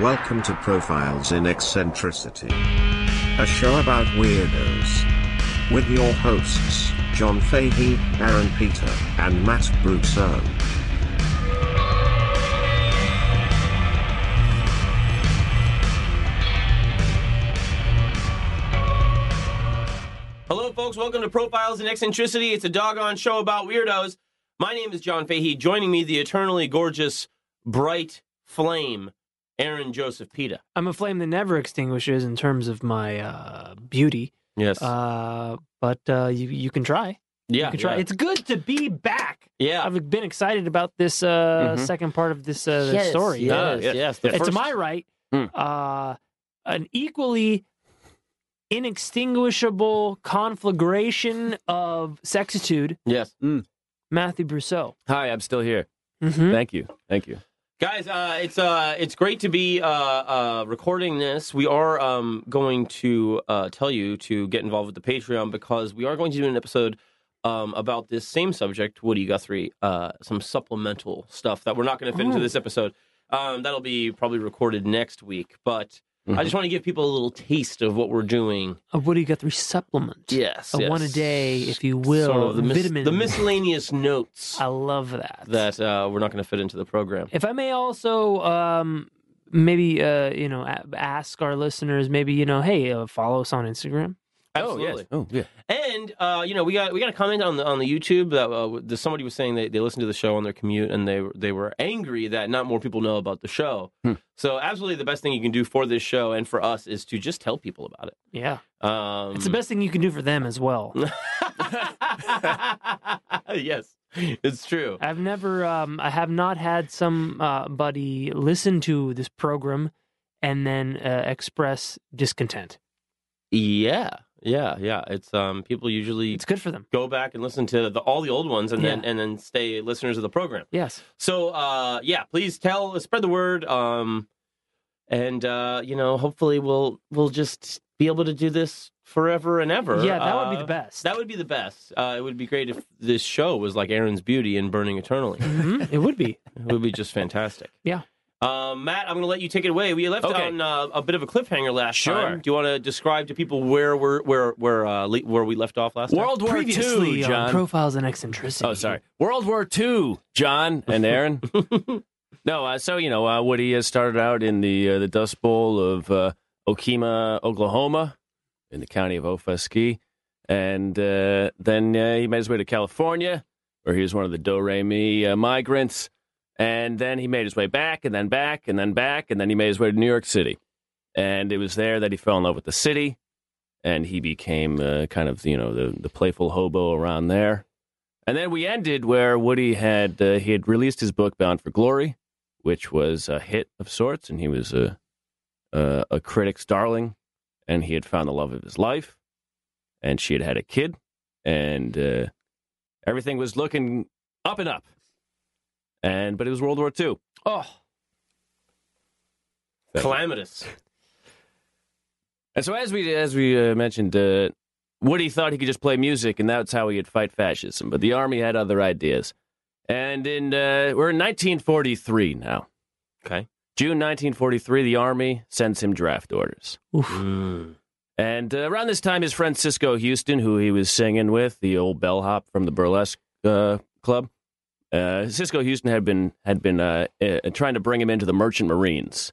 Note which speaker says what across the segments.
Speaker 1: Welcome to Profiles in Eccentricity, a show about weirdos. With your hosts, John Fahey, Aaron Peter, and Matt Brousseau.
Speaker 2: Hello, folks. Welcome to Profiles in Eccentricity. It's a doggone show about weirdos. My name is John Fahey. Joining me, the eternally gorgeous, bright flame, Aaron Joseph Pita.
Speaker 3: I'm a flame that never extinguishes in terms of my uh, beauty.
Speaker 2: Yes.
Speaker 3: Uh, but uh, you you can try.
Speaker 2: yeah.
Speaker 3: You can try.
Speaker 2: Yeah.
Speaker 3: It's good to be back.
Speaker 2: yeah.
Speaker 3: I've been excited about this uh,
Speaker 2: Mhm.
Speaker 3: second part of this, uh, this
Speaker 4: Yes,
Speaker 3: story.
Speaker 4: yes,
Speaker 2: Uh, yeah.
Speaker 4: yes. The
Speaker 2: It's
Speaker 3: it's
Speaker 4: first-
Speaker 3: my right.
Speaker 2: Hmm.
Speaker 3: Uh, an equally inextinguishable conflagration of sexitude.
Speaker 2: Yes.
Speaker 3: Matthew Brousseau.
Speaker 4: Hi, I'm still here.
Speaker 3: Mhm.
Speaker 4: Thank you. Thank you.
Speaker 2: Guys, uh, it's uh, it's great to be uh, uh, recording this. We are um, going to uh, tell you to get involved with the Patreon because we are going to do an episode um, about this same subject, Woody Guthrie, uh, some supplemental stuff that we're not going to fit into
Speaker 3: Oh.
Speaker 2: this episode. Um, that'll be probably recorded next week, but I
Speaker 4: Mhm.
Speaker 2: just want to give people a little taste of what we're doing.
Speaker 3: A Woody Guthrie supplement.
Speaker 2: Yes,
Speaker 3: A
Speaker 2: yes.
Speaker 3: one a day, if you will.
Speaker 2: Sort of the, mis-
Speaker 3: vitamin.
Speaker 2: the miscellaneous notes
Speaker 3: I love that.
Speaker 2: that uh, we're not going to fit into the program.
Speaker 3: If I may also um, maybe uh, you know a- ask our listeners maybe you know hey uh, follow us on Instagram.
Speaker 2: Absolutely.
Speaker 4: Oh, yeah.
Speaker 2: And uh, you know, we got we got a comment on the on the YouTube that uh, the, somebody was saying they, they listened to the show on their commute and they were- they were angry that not more people know about the show.
Speaker 4: Hmm.
Speaker 2: So absolutely, the best thing you can do for this show and for us is to just tell people about it.
Speaker 3: Yeah,
Speaker 2: Um,
Speaker 3: it's the best thing you can do for them as well.
Speaker 2: yes, it's true.
Speaker 3: I've never um, I have not had some uh, buddy listen to this program and then uh, express discontent.
Speaker 2: Yeah, yeah, yeah. It's um people usually
Speaker 3: It's good for them.
Speaker 2: go back and listen to the, all the old ones and then
Speaker 3: Yeah.
Speaker 2: and then stay listeners of the program.
Speaker 3: Yes.
Speaker 2: So uh yeah, please tell spread the word um and uh you know, hopefully we'll we'll just be able to do this forever and ever.
Speaker 3: Yeah, that would be
Speaker 2: Uh,
Speaker 3: the best.
Speaker 2: That would be the best. Uh, it would be great if this show was like Aaron's Beauty and Burning Eternally.
Speaker 3: Mhm, It would be.
Speaker 2: it would be just fantastic.
Speaker 3: Yeah.
Speaker 2: Um, Matt, I'm going to let you take it away. We left
Speaker 4: Okay.
Speaker 2: on uh, a bit of a cliffhanger last
Speaker 4: Sure.
Speaker 2: time. Do you want to describe to people where we're where where uh, le- where we left off last time?
Speaker 4: World War
Speaker 3: Previously
Speaker 4: II,
Speaker 3: on
Speaker 4: John.
Speaker 3: profiles and eccentricity.
Speaker 4: oh, sorry. World War II, John and Aaron. no, uh, so, you know, uh, Woody uh, started out in the uh, the Dust Bowl of uh, Okima, Oklahoma, in the county of Ofuskee. And uh, then uh, he made his way to California, where he was one of the Do Re Mi uh, migrants. And then he made his way back, and then back, and then back, and then he made his way to New York City. And it was there that he fell in love with the city, and he became uh, kind of you know the the playful hobo around there. And then we ended where Woody had uh, he had released his book Bound for Glory, which was a hit of sorts, and he was a a, a critic's darling, and he had found the love of his life, and she had had a kid, and uh, everything was looking up and up. And but it was World War II.
Speaker 3: Oh,
Speaker 2: Calamitous.
Speaker 4: And so, as we as we uh, mentioned, uh, Woody thought he could just play music, and that's how he would fight fascism. But the army had other ideas. And in uh, we're in 1943 now,
Speaker 2: Okay.
Speaker 4: June 1943. The army sends him draft orders,
Speaker 3: oof.
Speaker 4: and uh, around this time, his friend Cisco Houston, who he was singing with, the old bellhop from the burlesque uh, club, uh, Cisco Houston had been had been uh, uh, trying to bring him into the Merchant Marines.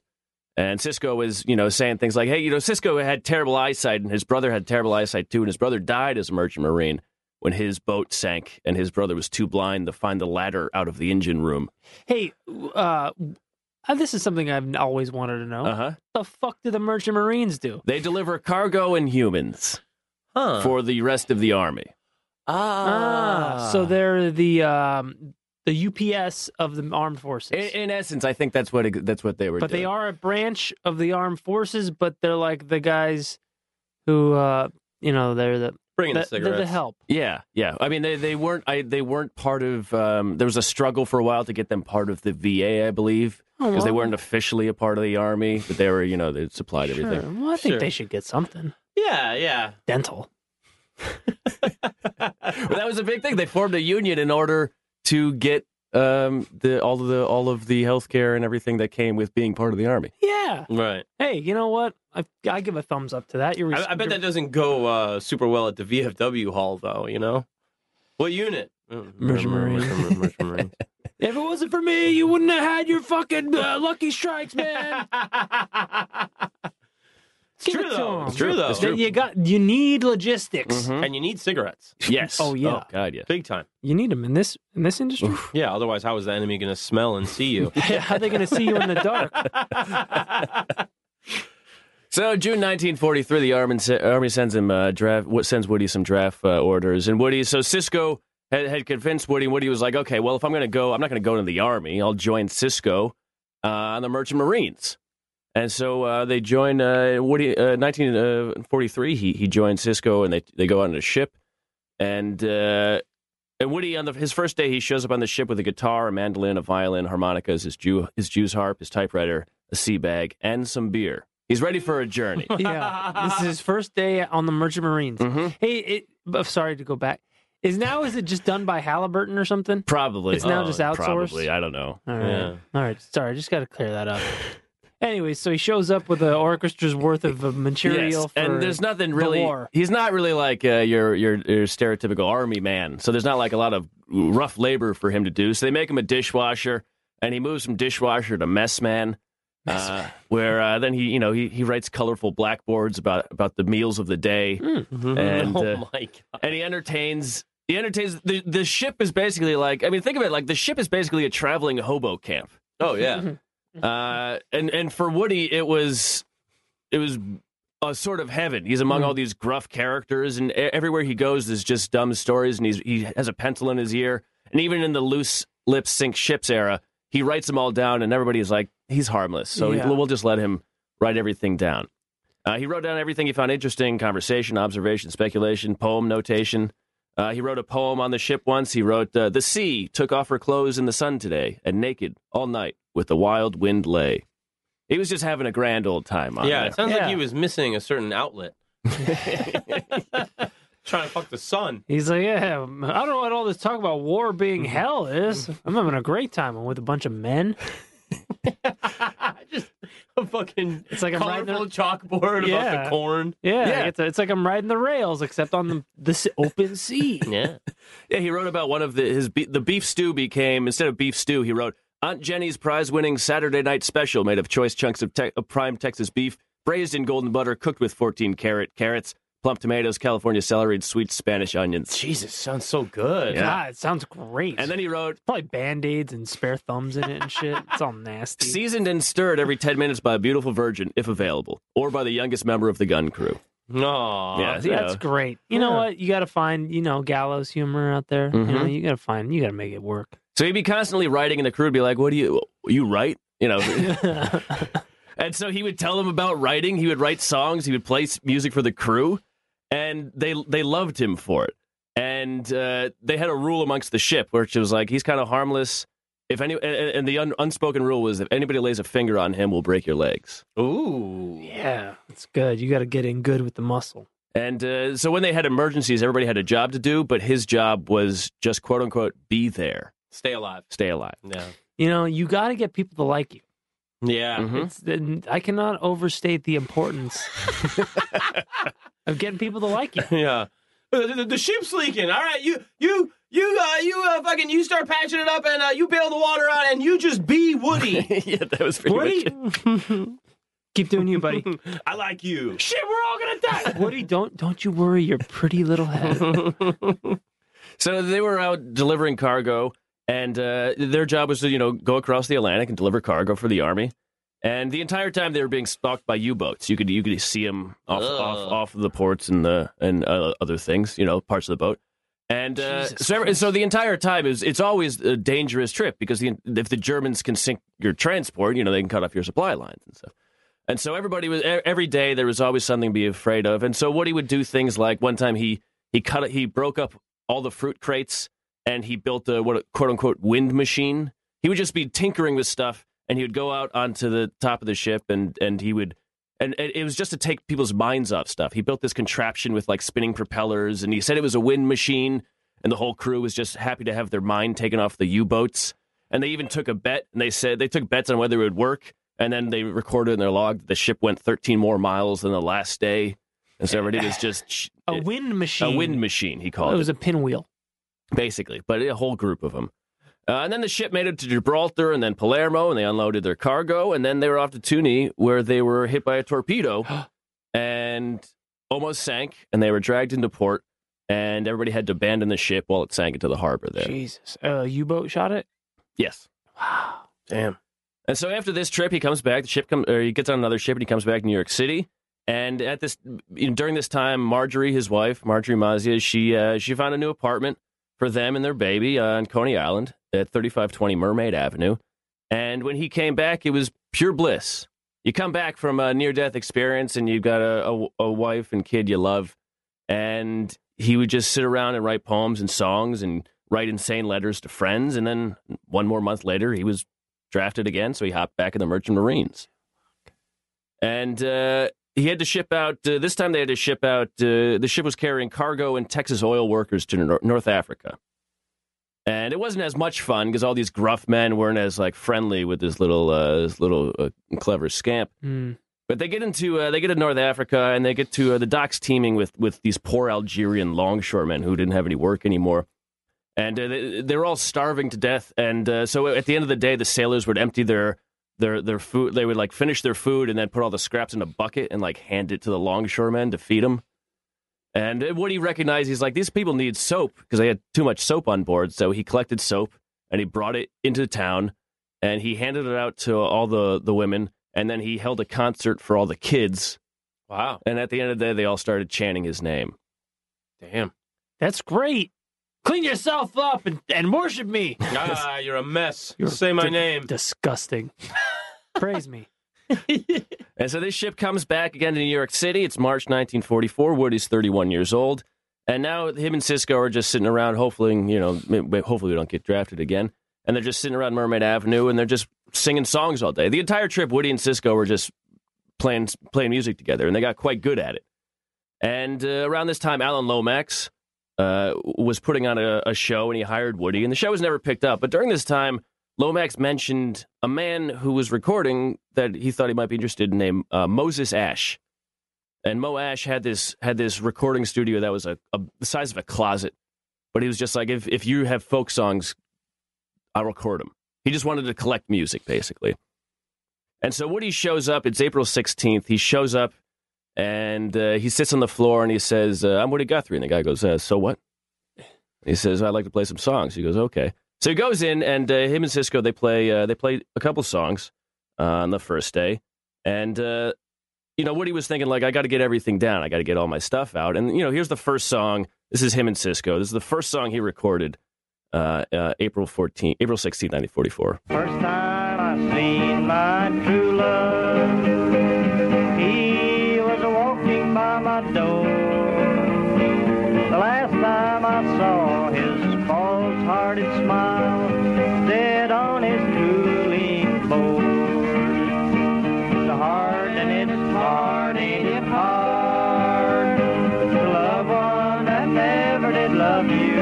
Speaker 4: And Cisco was, you know, saying things like, "Hey, you know, Cisco had terrible eyesight, and his brother had terrible eyesight too, and his brother died as a merchant marine when his boat sank, and his brother was too blind to find the ladder out of the engine room."
Speaker 3: Hey, uh, uh, this is something I've always wanted to know.
Speaker 4: Uh huh.
Speaker 3: the fuck do the merchant marines do?
Speaker 4: They deliver cargo and humans
Speaker 2: Huh.
Speaker 4: for the rest of the army.
Speaker 3: Ah, so they're the um, the UPS of the armed forces,
Speaker 4: In, in essence, I think that's what it, that's what they were.
Speaker 3: but they
Speaker 4: doing.
Speaker 3: are a branch of the armed forces. But they're like the guys who, uh, you know, they're the
Speaker 2: bringing the
Speaker 3: the, they're
Speaker 2: cigarettes.
Speaker 3: the help.
Speaker 4: Yeah, yeah. I mean, they, they weren't. I they weren't part of. Um, there was a struggle for a while to get them part of the VA, I believe,
Speaker 3: Oh,
Speaker 4: because they weren't officially a part of the army, but they were. You know, they supplied
Speaker 3: Sure.
Speaker 4: everything.
Speaker 3: Well, I think
Speaker 2: Sure.
Speaker 3: they should get something
Speaker 2: Yeah, yeah.
Speaker 3: dental.
Speaker 4: But that was a big thing. They formed a union in order to get um, the all of the all of the healthcare and everything that came with being part of the army.
Speaker 3: Yeah.
Speaker 2: Right.
Speaker 3: Hey, you know what? I, I give a thumbs up to that. You're,
Speaker 2: I, I bet that doesn't go uh, super well at the VFW hall, though. You know, what unit? Mm,
Speaker 3: Merchant Marine.
Speaker 2: Merchant- Merchant Marine.
Speaker 3: if it wasn't for me, you wouldn't have had your fucking uh, lucky strikes, man.
Speaker 2: it's
Speaker 3: Give
Speaker 2: true
Speaker 3: it to
Speaker 2: though. It's
Speaker 3: him.
Speaker 2: true Mm-hmm. though.
Speaker 4: It's true.
Speaker 3: You got. You need logistics.
Speaker 4: Mhm.
Speaker 2: And you need cigarettes,
Speaker 4: Yes.
Speaker 3: Mm-hmm. Oh, yeah.
Speaker 4: Oh God, yeah.
Speaker 2: big time.
Speaker 3: You need them in this in this industry.
Speaker 2: Yeah. Otherwise, how is the enemy going to smell and see you?
Speaker 3: How are they going to see you in the dark?
Speaker 4: So June 1943, the army, se- army sends him uh, draft. What sends Woody some draft uh, orders, and Woody. So Cisco had, had convinced Woody. and Woody was like, "Okay, well, if I'm going to go, I'm not going to go into the army. I'll join Cisco uh, on the Merchant Marines." And so uh, they join uh, Woody. Uh, 1943, he he joins Cisco, and they they go on a ship. And uh, and Woody on the, his first day, he shows up on the ship with a guitar, a mandolin, a violin, harmonicas, his Jew his Jew's harp, his typewriter, a sea bag, and some beer. He's ready for a journey.
Speaker 3: Yeah, this is his first day on the Merchant Marines.
Speaker 4: Mhm.
Speaker 3: Hey, it, I'm sorry to go back. Is now is it just done by Halliburton or something?
Speaker 4: Probably. Oh,
Speaker 3: It's now just outsourced? Uh,
Speaker 4: Probably. I don't know.
Speaker 3: All right,
Speaker 2: Yeah.
Speaker 3: all right. Sorry, I just got to clear that up. Anyway, so he shows up with an orchestra's worth of uh, material.
Speaker 4: Yes,
Speaker 3: For,
Speaker 4: and there's nothing really.
Speaker 3: war.
Speaker 4: He's not really like uh, your, your your stereotypical army man. So there's not like a lot of rough labor for him to do. So they make him a dishwasher, and he moves from dishwasher to mess man. Uh, where uh, then he you know he, he writes colorful blackboards about about the meals of the day,
Speaker 3: Hmm. Mm-hmm.
Speaker 4: and
Speaker 2: oh
Speaker 4: uh,
Speaker 2: my god!
Speaker 4: and he entertains. He entertains the the ship is basically like I mean think of it like the ship is basically a traveling hobo camp.
Speaker 2: Oh yeah.
Speaker 4: uh, and and for Woody, it was it was a sort of heaven. He's among all these gruff characters, and e- everywhere he goes, there's just dumb stories. And he's he has a pencil in his ear, and even in the loose lip sync ships era, he writes them all down, and everybody's like, he's harmless, so
Speaker 3: Yeah.
Speaker 4: we'll just let him write everything down. Uh, he wrote down everything he found interesting: conversation, observation, speculation, poem, notation. Uh, he wrote a poem on the ship once. He wrote, uh, "The sea took off her clothes in the sun today, and naked all night with the wild wind lay." He was just having a grand old time. On
Speaker 2: Yeah.
Speaker 4: there.
Speaker 2: It sounds
Speaker 3: Yeah.
Speaker 2: like he was missing a certain outlet. Trying to fuck the sun.
Speaker 3: He's like, yeah, I don't know what all this talk about war being hell is. I'm having a great time. I'm with a bunch of men.
Speaker 2: Just a fucking
Speaker 3: It's like I'm riding
Speaker 2: colorful chalkboard about
Speaker 3: Yeah.
Speaker 2: the corn.
Speaker 3: Yeah,
Speaker 4: Yeah.
Speaker 3: It's, it's like I'm riding the rails, except on the this open sea.
Speaker 2: Yeah.
Speaker 4: Yeah, he wrote about one of the his be- the beef stew became instead of beef stew, he wrote Aunt Jenny's prize-winning Saturday night special made of choice chunks of, te- of prime Texas beef, braised in golden butter, cooked with 14 carat carrots, plump tomatoes, California celery, and sweet Spanish onions.
Speaker 2: Jesus, sounds so good.
Speaker 4: Yeah.
Speaker 3: God, it sounds great.
Speaker 4: And then he wrote
Speaker 3: Probably band aids and spare thumbs in it and shit. It's all nasty.
Speaker 4: seasoned and stirred every 10 minutes by a beautiful virgin if available, or by the youngest member of the gun crew.
Speaker 2: No.
Speaker 4: Yeah,
Speaker 3: that's
Speaker 4: you know.
Speaker 3: great. You know
Speaker 2: Yeah.
Speaker 3: what? You got to find you know gallows humor out there. You know,
Speaker 4: Mhm.
Speaker 3: you got to find you got to make it work.
Speaker 4: So he'd be constantly writing and the crew would be like, "What do you you write?" You know, And so he would tell them about writing. He would write songs. He would play s- music for the crew, and they they loved him for it. And uh, they had a rule amongst the ship, which was like he's kind of harmless. If any, a- a- and the un, unspoken rule was if anybody lays a finger on him, we'll break your legs.
Speaker 2: Ooh.
Speaker 3: yeah, it's good. You got to get in good with the muscle.
Speaker 4: And uh, so when they had emergencies, everybody had a job to do, but his job was just quote unquote be there,
Speaker 2: Stay alive.
Speaker 4: stay alive.
Speaker 2: Yeah.
Speaker 3: You know, you got to get people to like you.
Speaker 2: Yeah.
Speaker 4: Mhm.
Speaker 3: It's the, I cannot overstate the importance of getting people to like you.
Speaker 2: Yeah. Uh, The, the, the ship's leaking. All right, you, you, you, uh, you, uh, fucking, you start patching it up, and uh, you bail the water out, and you just be Woody.
Speaker 4: yeah, that was pretty much it.
Speaker 3: Keep doing you, buddy.
Speaker 2: I like you.
Speaker 3: Shit, we're all gonna die. Woody, don't don't you worry your pretty little head.
Speaker 4: So they were out delivering cargo, and uh, their job was to, you know, go across the Atlantic and deliver cargo for the army. And the entire time they were being stalked by U-boats. You could you could see them off
Speaker 2: Ugh.
Speaker 4: off, off of the ports and the and uh, other things, you know, parts of the boat. And uh,
Speaker 3: Jesus
Speaker 4: so, every,
Speaker 3: Christ.
Speaker 4: so the entire time is it's always a dangerous trip because the, if the Germans can sink your transport, you know, they can cut off your supply lines and stuff. And so everybody was e- every day there was always something to be afraid of. And so Woody would do things like one time he he cut he broke up all the fruit crates and he built a what quote unquote wind machine. He would just be tinkering with stuff and he would go out onto the top of the ship and and he would and and it was just to take people's minds off stuff. He built this contraption with like spinning propellers and he said it was a wind machine and the whole crew was just happy to have their mind taken off the U-boats. and they even took a bet and they said they took bets on whether it would work and then they recorded in their log that the ship went 13 more miles than the last day and so everybody was just
Speaker 3: Eh, A
Speaker 4: it-
Speaker 3: wind machine.
Speaker 4: a wind machine he called
Speaker 3: It
Speaker 4: it,
Speaker 3: was a pinwheel.
Speaker 4: basically but a whole group of them uh, and then the ship made it to gibraltar and then palermo and they unloaded their cargo and then they were off to tunis where they were hit by a torpedo and almost sank and they were dragged into port and everybody had to abandon the ship while it sank into the harbor there
Speaker 3: Jesus. A U boat shot it?
Speaker 4: yes
Speaker 3: Wow.
Speaker 2: Damn.
Speaker 4: And so after this trip, he comes back. The ship comes, or he gets on another ship, and he comes back to New York City. And at this, you know, during this time, Marjorie, his wife, Marjorie Mazia, she uh, she found a new apartment for them and their baby uh, on Coney Island at 3520 Mermaid Avenue. And when he came back, it was pure bliss. You come back from a near death experience, and you've got a, a, a wife and kid you love, and he would just sit around and write poems and songs and write insane letters to friends. And then one more month later, he was drafted again, so he hopped back in the Merchant Marines. And uh, he had to ship out, uh, this time they had to ship out, uh, the ship was carrying cargo and Texas oil workers to Nor- North Africa. And it wasn't as much fun because all these gruff men weren't as like friendly with this little, uh, this little uh, clever scamp.
Speaker 3: Mm.
Speaker 4: But they get into uh, they get to North Africa and they get to uh, the docks teeming with with these poor Algerian longshoremen who didn't have any work anymore, and uh, they, they were all starving to death. And uh, so at the end of the day, the sailors would empty their their their food. They would like finish their food and then put all the scraps in a bucket and like hand it to the longshoremen to feed them. And uh, Woody recognized he's like these people need soap because they had too much soap on board. So he collected soap and he brought it into town and he handed it out to all the the women and then he held a concert for all the kids
Speaker 2: Wow.
Speaker 4: and at the end of the day they all started chanting his name
Speaker 2: Damn.
Speaker 3: That's great. Clean yourself up and, and worship me.
Speaker 2: Ah, you're a mess.
Speaker 3: You're
Speaker 2: Say my
Speaker 3: di-
Speaker 2: name.
Speaker 3: Disgusting. Praise me.
Speaker 4: and so this ship comes back again to new york city it's march 1944 woody's 31 years old and now him and cisco are just sitting around hopefully you know m- m- hopefully we don't get drafted again and they're just sitting around mermaid avenue and they're just singing songs all day the entire trip woody and cisco were just playing playing music together and they got quite good at it and uh, around this time alan lomax uh, was putting on a, a show and he hired Woody, and the show was never picked up. But during this time, Lomax mentioned a man who was recording that he thought he might be interested in, named uh, Moses Ash. And Mo Ash had this had this recording studio that was a, a the size of a closet, but he was just like, if if you have folk songs, I'll record them. He just wanted to collect music, basically. And so Woody shows up. It's April sixteenth. He shows up and uh, he sits on the floor and he says, uh, "I'm Woody Guthrie." And the guy goes, uh, "So what?" He says, "I'd like to play some songs." He goes, "Okay." So he goes in, and uh, him and Cisco they play uh, they play a couple songs uh, on the first day, and uh, you know Woody was thinking like, "I got to get everything down. I got to get all my stuff out." And you know, here's the first song. This is him and Cisco. This is the first song he recorded, uh, uh, April 14, April 16, 1944.
Speaker 5: First time I seen my true love, he was walking by my door. The last time I saw his false-hearted smile, dead on his drooling board. It's hard and it's hard, ain't it hard? To love one that never did love you.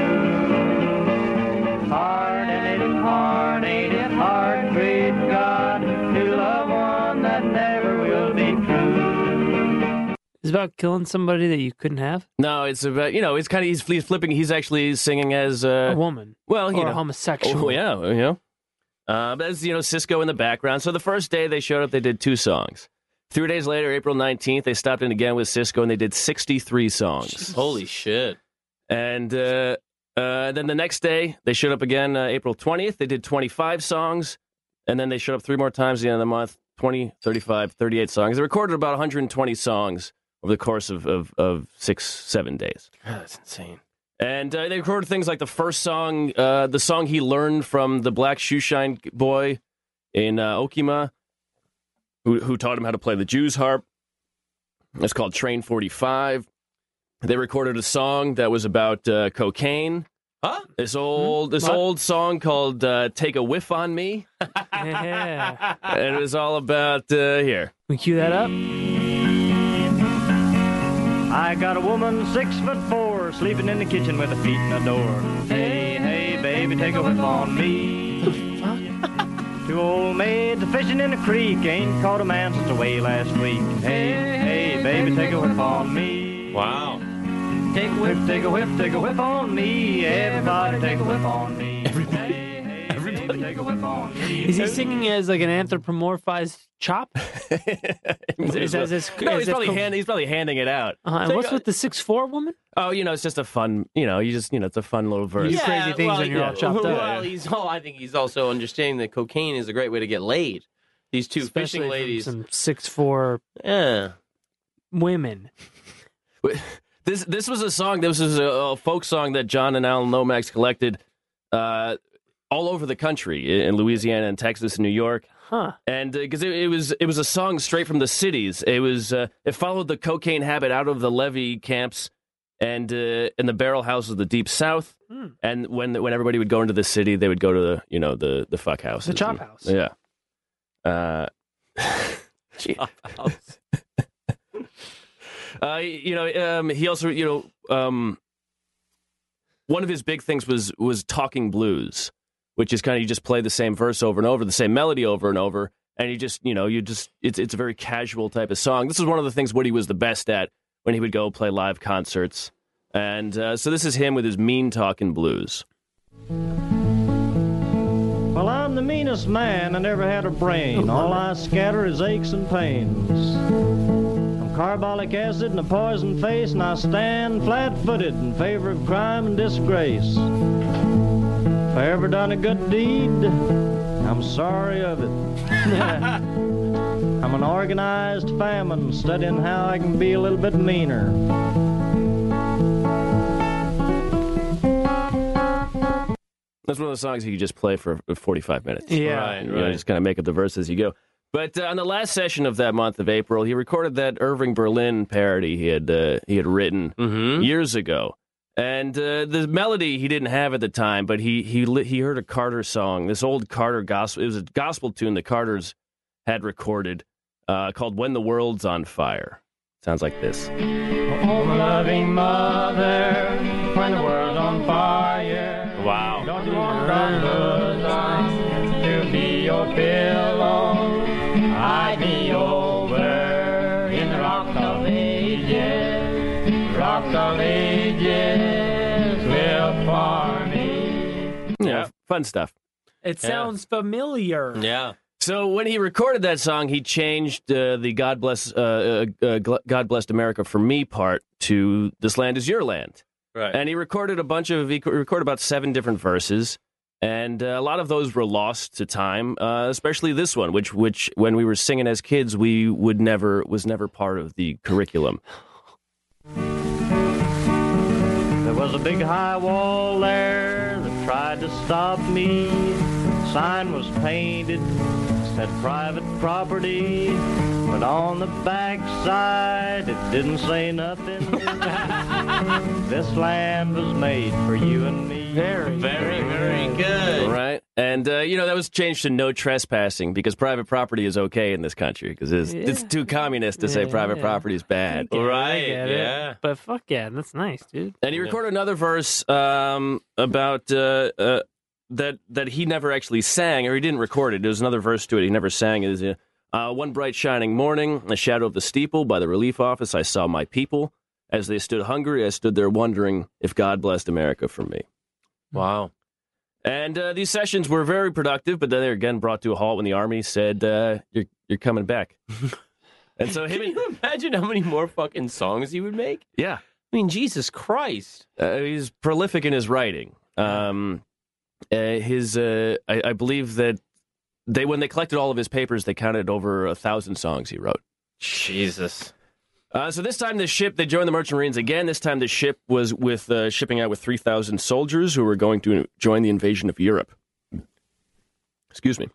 Speaker 5: Hard and it is hard, ain't it hard, great God, to love one that never will be true.
Speaker 3: It's about killing somebody that you couldn't have.
Speaker 4: No, it's about you know, it's kind of he's, he's flipping. He's actually singing as
Speaker 3: A
Speaker 4: uh,
Speaker 3: woman
Speaker 4: well,
Speaker 3: or
Speaker 4: you
Speaker 3: a
Speaker 4: know,
Speaker 3: homosexual.
Speaker 4: Oh yeah, you know. Uh, but that's you know Cisco in the background. So the first day they showed up, they did two songs. Three days later, April nineteenth, they stopped in again with Cisco and they did sixty three songs.
Speaker 2: Holy shit.
Speaker 4: And uh, uh, then the next day they showed up again, uh, April twentieth. They did twenty five songs, and then they showed up three more times at the end of the month. 20, 35, 38 songs. They recorded about 120 songs over the course of, of, of six, seven days.
Speaker 2: God, that's insane.
Speaker 4: And uh, they recorded things like the first song, uh, the song he learned from the Black Shoeshine boy in uh, Okima, who, who taught him how to play the Jew's harp. It's called Train 45. They recorded a song that was about uh, cocaine.
Speaker 2: Huh?
Speaker 4: This old, this
Speaker 3: Hmm? What?
Speaker 4: old song called uh, "Take a Whiff on Me,"
Speaker 3: yeah.
Speaker 4: and it was all about uh, here.
Speaker 3: We cue that up.
Speaker 5: I got a woman six foot four, sleeping in the kitchen with her feet in the door. Hey, hey, baby, take a whiff on me.
Speaker 3: Fuck.
Speaker 5: Two old maids fishing in the creek ain't caught a man since away last week. Hey, hey, baby, take a whiff on me.
Speaker 2: Wow.
Speaker 5: Take a whiff, take a whiff, take a whiff on me. Everybody take a whiff on me. Everybody. Everybody. Take a whiff on me.
Speaker 3: Is he
Speaker 2: Uh,
Speaker 3: singing as like an anthropomorphized chop? Uh, Is- is- is this-
Speaker 4: no,
Speaker 3: is
Speaker 4: he's
Speaker 3: this
Speaker 4: probably
Speaker 3: co-
Speaker 4: hand, he's probably handing it out.
Speaker 3: Uh, and
Speaker 4: So,
Speaker 3: what's with the six four woman?
Speaker 4: Oh, you know, it's just a fun. You know, you just you know, it's a fun little verse.
Speaker 3: Yeah. crazy things
Speaker 2: well,
Speaker 3: when you're all
Speaker 2: yeah.
Speaker 3: chopped up.
Speaker 2: Well, he's all. I think he's also understanding that cocaine is a great way to get laid. These two
Speaker 3: Especially
Speaker 2: fishing
Speaker 3: from
Speaker 2: ladies.
Speaker 3: some six four
Speaker 2: yeah.
Speaker 3: women.
Speaker 4: This this was a song. This was a, a folk song that John and Alan Lomax collected uh, all over the country in Louisiana and Texas and New York.
Speaker 3: Huh.
Speaker 4: And because it, it was it was a song straight from the cities. It was uh, it followed the cocaine habit out of the levee camps and uh, and the barrel houses of the deep south.
Speaker 3: Hmm.
Speaker 4: And when when everybody would go into the city, they would go to the you know the the fuck house,
Speaker 3: The chop house.
Speaker 4: Yeah. Uh, gee. Uh, you know, um, he also, you know, um, one of his big things was was talking blues, which is kind of you just play the same verse over and over, the same melody over and over, and you just, you know, you just it's it's a very casual type of song. This is one of the things Woody was the best at when he would go play live concerts, and uh, so this is him with his mean talking blues.
Speaker 5: Well, I'm the meanest man I never had a brain. All I scatter is aches and pains. I'm carbolic acid and a poison face, and I stand flat footed in favor of crime and disgrace. If I ever done a good deed, I'm sorry of it. I'm an organized famine studying how I can be a little bit meaner.
Speaker 4: That's one of the songs you could just play for 45 minutes.
Speaker 3: Yeah. Right,
Speaker 4: You know,
Speaker 2: right.
Speaker 4: just kind of make up the verse as you go. But uh, on the last session of that month of April, he recorded that Irving Berlin parody he had uh, he had written
Speaker 2: Mm-hmm.
Speaker 4: years ago. And uh, the melody he didn't have at the time, but he he li- he heard a Carter song, this old Carter gospel. It was a gospel tune the Carters had recorded uh, called "When the World's on Fire." Sounds like this.
Speaker 5: Home loving mother, when the world's on fire.
Speaker 4: Wow.
Speaker 5: Don't you want Robert Line to be your pillow? I'd be over in the rock of ages. Rock of ages live for me.
Speaker 4: yeah, fun stuff.
Speaker 3: It
Speaker 2: Yeah.
Speaker 3: sounds familiar.
Speaker 2: Yeah.
Speaker 4: So when he recorded that song, he changed uh, the "God bless uh, uh, uh, Gl- God blessed America for me" part to "This land is your land,"
Speaker 2: Right.
Speaker 4: and he recorded a bunch of he recorded about seven different verses, and uh, a lot of those were lost to time, uh, especially this one, which which when we were singing as kids, we would never was never part of the curriculum.
Speaker 5: There was a big high wall there that tried to stop me. Sign was painted, said private property, but on the backside it didn't say nothing. this land was made for you and me.
Speaker 3: Very.
Speaker 2: very, very good.
Speaker 4: Right, and uh, you know that was changed to no trespassing because private property is okay in this country because it's, it's
Speaker 3: Yeah.
Speaker 4: too communist to say
Speaker 3: Yeah,
Speaker 4: private
Speaker 3: yeah.
Speaker 4: property is
Speaker 3: I
Speaker 4: bad.
Speaker 3: get it, I
Speaker 2: Right,
Speaker 3: get it.
Speaker 2: yeah.
Speaker 3: But fuck yeah, that's nice, dude.
Speaker 4: And he
Speaker 2: Yeah.
Speaker 4: recorded another verse um, about uh, uh, that that he never actually sang, or he didn't record it. There was another verse to it he never sang. It is uh, uh, one bright shining morning, in the shadow of the steeple by the relief office. I saw my people as they stood hungry. I stood there wondering if God blessed America for me.
Speaker 2: Wow.
Speaker 4: And uh, these sessions were very productive, but then they were again brought to a halt when the army said, uh, "You're you're coming back." and so him,
Speaker 2: Can
Speaker 4: and,
Speaker 2: you imagine how many more fucking songs he would make?
Speaker 4: yeah.
Speaker 2: I mean, Jesus Christ.
Speaker 4: Uh, he's prolific in his writing. Um, uh, his, uh, I, I believe that they when they collected all of his papers, they counted over a thousand songs he wrote.
Speaker 2: Jesus.
Speaker 4: Uh, so this time, the ship they joined the merchant marines again. This time, the ship was with uh, shipping out with three thousand soldiers who were going to join the invasion of Europe. Excuse me.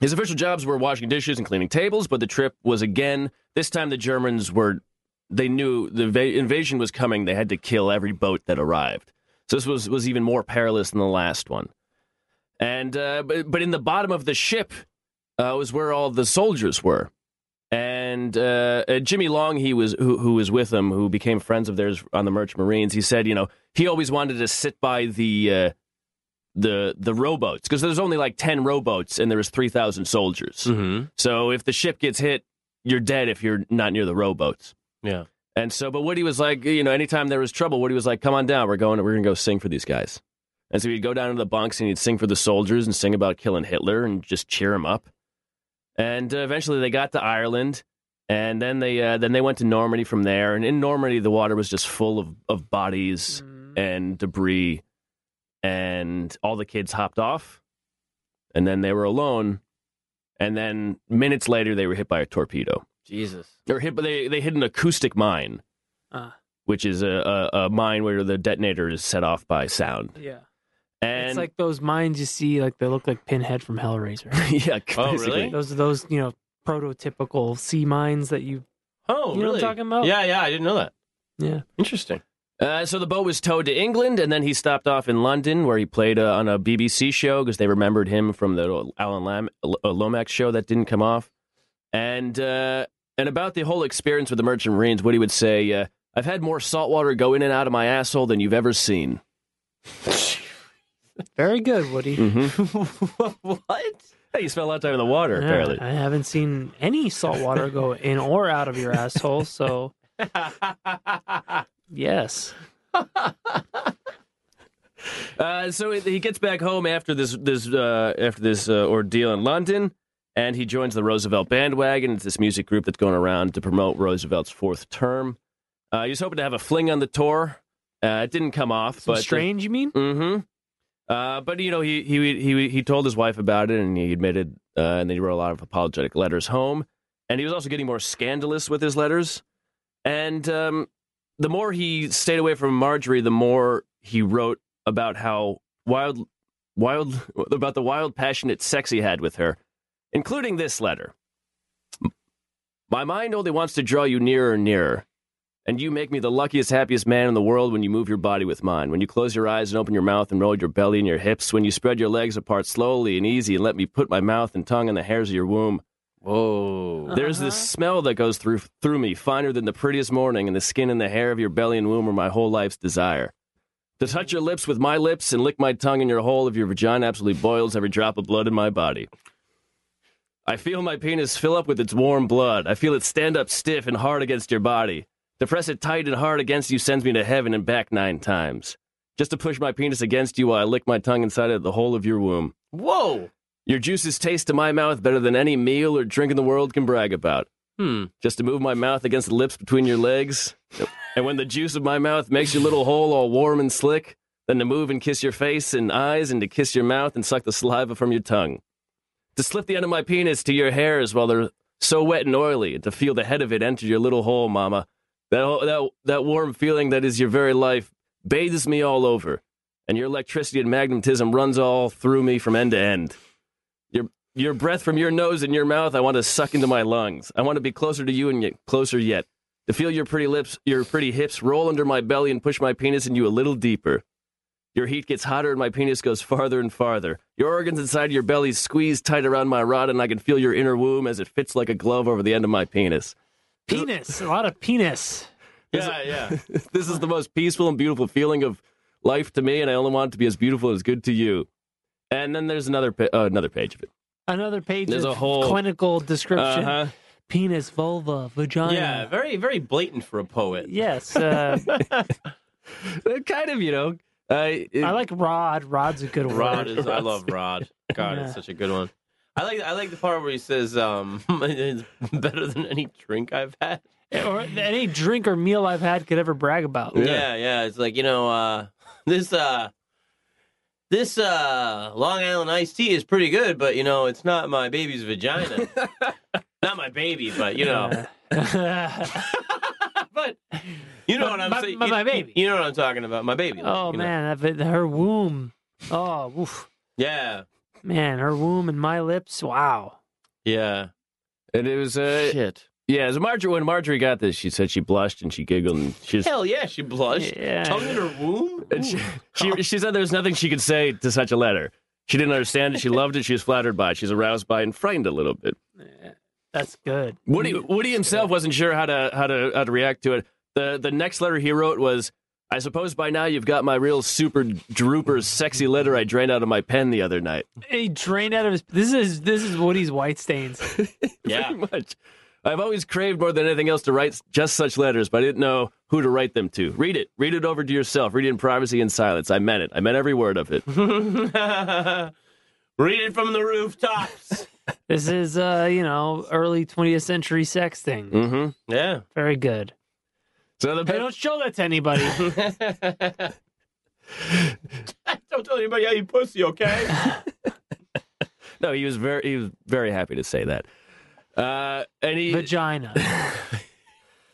Speaker 4: His official jobs were washing dishes and cleaning tables, but the trip was again. This time, the Germans were. They knew the va- invasion was coming. They had to kill every boat that arrived. So this was was even more perilous than the last one. And uh, but but in the bottom of the ship uh, was where all the soldiers were and uh, uh, Jimmy Long, he was who, who was with him, who became friends of theirs on the Merchant Marines. He said, you know, he always wanted to sit by the uh, the the rowboats because there's only like 10 rowboats and there's 3000 soldiers
Speaker 2: Mm-hmm.
Speaker 4: so if the ship gets hit you're dead if you're not near the rowboats
Speaker 2: Yeah.
Speaker 4: and so but woody was like you know anytime there was trouble woody was like come on down we're going we're gonna go sing for these guys and so he'd go down to the bunks and he'd sing for the soldiers and sing about killing hitler and just cheer him up and uh, eventually they got to ireland and then they uh, then they went to normandy from there and in normandy the water was just full of, of bodies and debris, and all the kids hopped off, and then they were alone. And then minutes later, they were hit by a torpedo.
Speaker 2: Jesus.
Speaker 4: They were hit, but they they hit an acoustic mine,
Speaker 3: Ah.
Speaker 4: which is a, a a mine where the detonator is set off by sound.
Speaker 3: Yeah.
Speaker 4: And
Speaker 3: it's like those mines you see, like they look like Pinhead from Hellraiser.
Speaker 4: yeah,
Speaker 2: Oh,
Speaker 4: basically.
Speaker 2: really?
Speaker 3: those are those, you know, prototypical sea mines that you.
Speaker 2: Oh,
Speaker 3: You know what I'm
Speaker 2: really?
Speaker 3: talking about?
Speaker 2: Yeah, yeah. I didn't know that.
Speaker 3: Yeah.
Speaker 2: Interesting.
Speaker 4: Uh, so the boat was towed to England, and then he stopped off in London, where he played uh, on a BBC show because they remembered him from the Alan Lam- uh, Lomax show that didn't come off. And uh, and about the whole experience with the Merchant Marines, Woody would say, uh, "I've had more salt water go in and out of my asshole than you've ever seen."
Speaker 3: Very good, Woody.
Speaker 4: Mm-hmm.
Speaker 2: what?
Speaker 4: Hey, you spent a lot of time in the water,
Speaker 3: Yeah,
Speaker 4: apparently.
Speaker 3: I haven't seen any salt water go in or out of your asshole, so yes.
Speaker 4: Uh, so he- he gets back home after this this uh, after this uh, ordeal in London, and he joins the Roosevelt bandwagon. It's this music group that's going around to promote Roosevelt's fourth term. Uh, he was hoping to have a fling on the tour. Uh, it didn't come off,
Speaker 3: Some
Speaker 4: but
Speaker 3: strange, you mean?
Speaker 4: Mm-hmm. Uh, but you know, he he he he told his wife about it, and he admitted, uh, and then he wrote a lot of apologetic letters home, and he was also getting more scandalous with his letters, and um, the more he stayed away from Marjorie, the more he wrote about how wild, wild about the wild passionate sex he had with her, including this letter. My mind only wants to draw you nearer and nearer. And you make me the luckiest, happiest man in the world when you move your body with mine. When you close your eyes and open your mouth and roll your belly and your hips. When you spread your legs apart slowly and easy and let me put my mouth and tongue in the hairs of your womb.
Speaker 2: Whoa.
Speaker 4: There's this smell that goes through through me, finer than the prettiest morning, and the skin and the hair of your belly and womb are my whole life's desire. To touch your lips with my lips and lick my tongue in your hole of your vagina absolutely boils every drop of blood in my body. I feel my penis fill up with its warm blood. I feel it stand up stiff and hard against your body. To press it tight and hard against you sends me to heaven and back nine times. Just to push my penis against you while I lick my tongue inside of the hole of your womb.
Speaker 2: Whoa.
Speaker 4: Your juices taste to my mouth better than any meal or drink in the world can brag about
Speaker 2: Hmm.
Speaker 4: just to move my mouth against the lips between your legs. and when the juice of my mouth makes your little hole all warm and slick, then to move and kiss your face and eyes, and to kiss your mouth and suck the saliva from your tongue. To slip the end of my penis to your hairs while they're so wet and oily, and to feel the head of it enter your little hole, mama. That, that, that warm feeling that is your very life bathes me all over, and your electricity and magnetism runs all through me from end to end. Your your breath from your nose and your mouth, I want to suck into my lungs. I want to be closer to you and get closer yet. To feel your pretty lips, your pretty hips roll under my belly and push my penis into you a little deeper. Your heat gets hotter and my penis goes farther and farther. Your organs inside your belly squeeze tight around my rod and I can feel your inner womb as it fits like a glove over the end of my penis.
Speaker 3: Penis. A lot of penis.
Speaker 2: Yeah, yeah.
Speaker 4: This is the most peaceful and beautiful feeling of life to me and I only want it to be as beautiful and as good to you. And then there's another pa- uh, another page of it.
Speaker 3: Another page
Speaker 4: There's
Speaker 3: of
Speaker 4: a whole-
Speaker 3: clinical description.
Speaker 4: Uh-huh.
Speaker 3: Penis, vulva, vagina.
Speaker 2: yeah, very, very blatant for a poet.
Speaker 3: Yes. Uh,
Speaker 4: kind of, you know. Uh, it-
Speaker 3: I like Rod. Rod's a good word.
Speaker 2: Rod is I love Rod. God, it's such a good one. I like I like the part where he says, um, it's better than any drink I've had.
Speaker 3: or any drink or meal I've had could ever brag about.
Speaker 2: Yeah, yeah. It's like, you know, uh this uh this uh Long Island iced tea is pretty good, but you know, it's not my baby's vagina. not my baby, but you know.
Speaker 3: Oh,
Speaker 2: but you know
Speaker 3: But
Speaker 2: what I'm
Speaker 3: my-
Speaker 2: saying.
Speaker 3: my-
Speaker 2: you-
Speaker 3: my baby.
Speaker 2: You know what I'm talking about. My baby. like,
Speaker 3: oh
Speaker 2: you know.
Speaker 3: man, that, vi- her womb. Oh, oof.
Speaker 2: Yeah.
Speaker 3: man, her womb and my lips. Wow.
Speaker 2: Yeah.
Speaker 4: And it was, uh,
Speaker 2: Shit.
Speaker 4: yeah. So Marjorie, when Marjorie got this, she said she blushed and she giggled and she just,
Speaker 2: Hell yeah, she blushed.
Speaker 3: Yeah.
Speaker 2: Tongue in her womb.
Speaker 4: and she, she, she said there was nothing she could say to such a letter. She didn't understand it. She loved it. She was flattered by it. She's aroused by it and frightened a little bit.
Speaker 3: That's good.
Speaker 4: Woody, Woody himself wasn't sure how to how to how to react to it. the The next letter he wrote was, I suppose by now you've got my real super drooper sexy letter I drained out of my pen the other night.
Speaker 3: He drained out of his. This is this is Woody's white stains.
Speaker 2: Yeah.
Speaker 4: Pretty much. I've always craved more than anything else to write just such letters, but I didn't know who to write them to. Read it. Read it over to yourself. Read it in privacy and silence. I meant it. I meant every word of it.
Speaker 2: Read it from the rooftops.
Speaker 3: This is uh, you know, early 20th century sex thing.
Speaker 2: Mm.
Speaker 4: mm-hmm.
Speaker 2: yeah.
Speaker 3: Very good.
Speaker 4: So the
Speaker 3: Hey, don't show that to anybody.
Speaker 2: Don't tell anybody how you pussy, okay?
Speaker 4: no, he was very he was very happy to say that. Uh, and he
Speaker 3: vagina.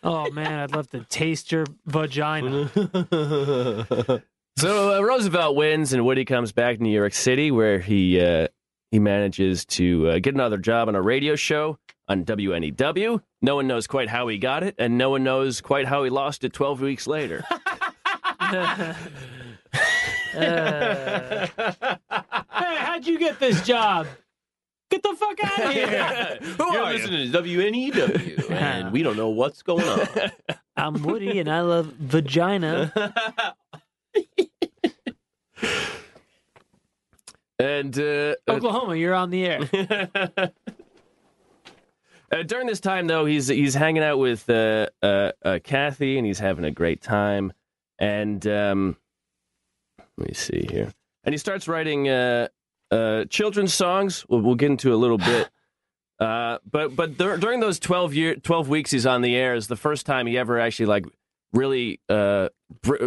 Speaker 3: Oh man, I'd love to taste your vagina.
Speaker 2: Mm-hmm.
Speaker 4: So uh, Roosevelt wins, and Woody comes back to New York City, where he uh, he manages to uh, get another job on a radio show on WNEW. No one knows quite how he got it, and no one knows quite how he lost it twelve weeks later.
Speaker 3: Uh, hey, how'd you get this job? Get the fuck out of here.
Speaker 2: Who You're listening to WNEW, and we don't know what's going on.
Speaker 3: I'm Woody and I love vagina.
Speaker 4: and uh, uh,
Speaker 3: Oklahoma, you're on the air.
Speaker 4: Uh, during this time, though, he's he's hanging out with uh, uh, uh, Kathy, and he's having a great time. And um, let me see here. And he starts writing uh, uh, children's songs. We'll, we'll get into a little bit. Uh, but but dur- during those twelve year twelve weeks he's on the air is the first time he ever actually like really uh, br-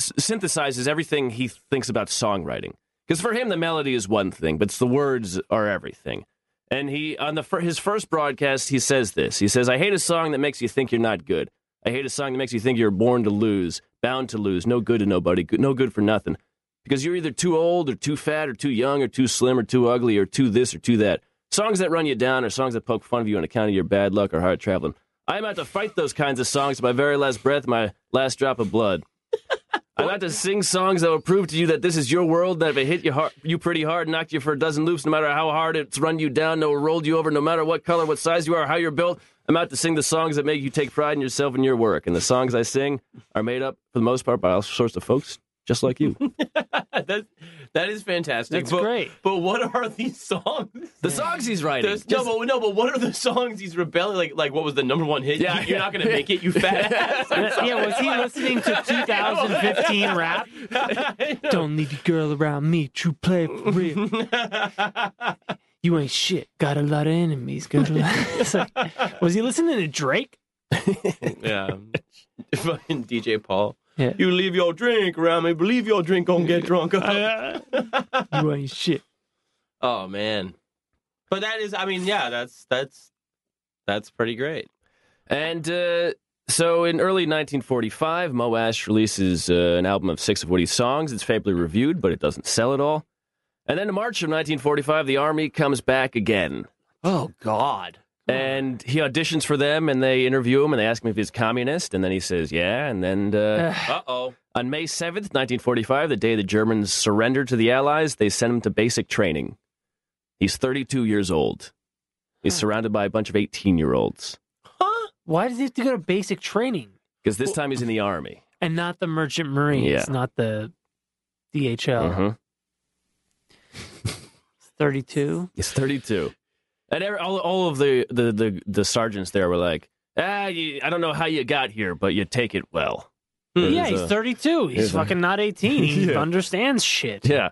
Speaker 4: s- synthesizes everything he thinks about songwriting. Because for him, the melody is one thing, but it's the words are everything. And he on the fir- his first broadcast, he says this. He says, "I hate a song that makes you think you're not good. I hate a song that makes you think you're born to lose, bound to lose, no good to nobody, good, no good for nothing, because you're either too old or too fat or too young or too slim or too ugly or too this or too that. Songs that run you down or songs that poke fun of you on account of your bad luck or hard traveling. I'm out to fight those kinds of songs to my very last breath, my last drop of blood." I'm about to sing songs that will prove to you that this is your world. That if it hit you hard, you pretty hard, knocked you for a dozen loops, no matter how hard it's run you down, no rolled you over, no matter what color, what size you are, how you're built. I'm out to sing the songs that make you take pride in yourself and your work. And the songs I sing are made up for the most part by all sorts of folks just like you.
Speaker 2: that, that is fantastic.
Speaker 3: That's
Speaker 2: but,
Speaker 3: great.
Speaker 2: But what are these songs?
Speaker 4: The songs he's writing.
Speaker 2: There's, no, but, no, but what are the songs he's rebelling? Like, like what was the number one hit?
Speaker 4: Yeah,
Speaker 2: You- you're
Speaker 4: yeah.
Speaker 2: not gonna make it, you fat ass.
Speaker 3: yeah, was he listening to 2015 rap? Don't leave your girl around me, true play for real. You ain't shit. Got a lot of enemies. Got a lot. It's like, was he listening to Drake?
Speaker 2: yeah, fucking DJ Paul.
Speaker 3: Yeah.
Speaker 2: You leave your drink around me. Believe your drink gonna get drunk.
Speaker 3: You ain't shit.
Speaker 2: oh man, but that is, I mean, yeah, that's that's that's pretty great.
Speaker 4: And uh, so in early 1945, Mo Ash releases uh, an album of six of Woody's songs. It's favorably reviewed, but it doesn't sell at all. And then in March of 1945, the Army comes back again.
Speaker 2: Oh God.
Speaker 4: And he auditions for them, and they interview him, and they ask him if he's communist, and then he says, "Yeah." And then uh,
Speaker 2: Uh oh.
Speaker 4: on May seventh, nineteen forty-five, the day the Germans surrendered to the Allies, they sent him to basic training. He's thirty-two years old. He's surrounded by a bunch of eighteen-year-olds
Speaker 3: Why does he have to go to basic training
Speaker 4: because this time he's in the army.
Speaker 3: and not the Merchant Marines,
Speaker 4: Yeah.
Speaker 3: not the DHL?
Speaker 4: Mhm.
Speaker 3: 32.
Speaker 4: He's thirty-two, and every, all, all of the, the the the sergeants there were like, "Ah, you, I don't know how you got here, but you take it well." It
Speaker 3: Mm. Yeah,
Speaker 4: is,
Speaker 3: he's
Speaker 4: uh,
Speaker 3: 32. He's
Speaker 4: is a-
Speaker 3: fucking not 18. He
Speaker 4: Yeah.
Speaker 3: understands shit.
Speaker 4: Yeah.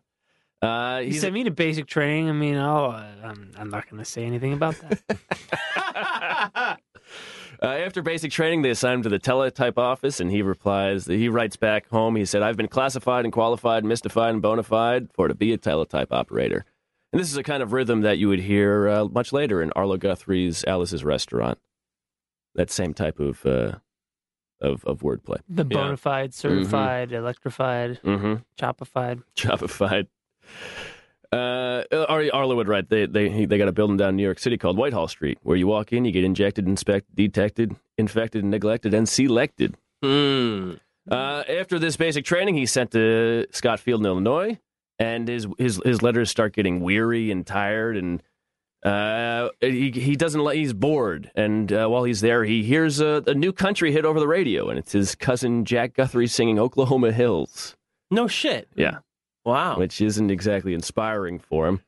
Speaker 4: Uh,
Speaker 3: He
Speaker 4: he's-
Speaker 3: sent me to basic training. I mean, oh, uh, I'm, I'm not going to say anything about that.
Speaker 4: Uh, after basic training, they assign him to the teletype office, and he replies, he writes back home. He said, I've been classified and qualified, mystified and bona fide for to be a teletype operator. And this is a kind of rhythm that you would hear uh, much later in Arlo Guthrie's Alice's Restaurant. That same type of, uh, of, of wordplay.
Speaker 3: The bona fide, certified, electrified,
Speaker 4: Mm-hmm.
Speaker 3: chopified.
Speaker 4: Jobified. Uh, Ar- Arlo would write they they he- they got a building down in New York City called Whitehall Street where you walk in you get injected, inspected, detected, infected, neglected, and selected.
Speaker 2: Hmm.
Speaker 4: Uh, after this basic training, he's sent to Scott Field in Illinois, and his his his letters start getting weary and tired, and Uh, he, he doesn't let, he's bored. And uh, while he's there, he hears a, a new country hit over the radio, and it's his cousin Jack Guthrie singing Oklahoma Hills.
Speaker 2: No shit.
Speaker 4: Yeah.
Speaker 2: Wow.
Speaker 4: Which isn't exactly inspiring for him.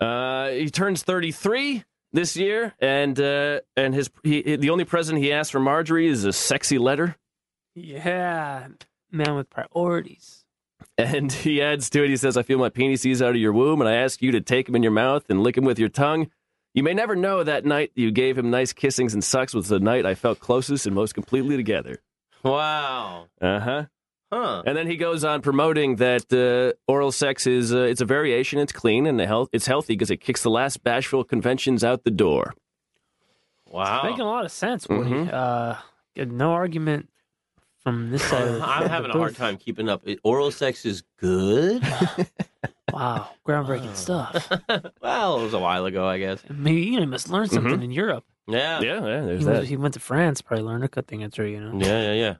Speaker 4: Uh, he turns 33 this year, and uh, and his he, the only present he asked for Marjorie is a sexy letter.
Speaker 3: Yeah, man with priorities.
Speaker 4: And he adds to it, he says, I feel my penis ease out of your womb, and I ask you to take him in your mouth and lick him with your tongue. You may never know that night you gave him nice kissings and sucks was the night I felt closest and most completely together.
Speaker 2: Wow.
Speaker 4: Uh huh.
Speaker 2: Huh.
Speaker 4: And then he goes on promoting that uh, oral sex is uh, it's a variation, it's clean, and the health, it's healthy because it kicks the last bashful conventions out the door.
Speaker 2: Wow.
Speaker 4: Oh.
Speaker 3: Making a lot of sense, Woody.
Speaker 4: Mm-hmm.
Speaker 3: Uh, good- no argument from this side. of the-
Speaker 2: I'm having a hard time keeping up. It- Oral sex is good.
Speaker 3: Wow,
Speaker 4: Uh.
Speaker 3: groundbreaking stuff.
Speaker 2: well, it was a while ago, I guess.
Speaker 3: Maybe you know, must learn something in Europe.
Speaker 2: Yeah.
Speaker 4: Yeah, yeah,
Speaker 3: He
Speaker 4: there's
Speaker 3: went,
Speaker 4: Mm-hmm. that.
Speaker 3: he went to France, probably learned a good thing or two. You know,
Speaker 2: Yeah. Yeah. Yeah.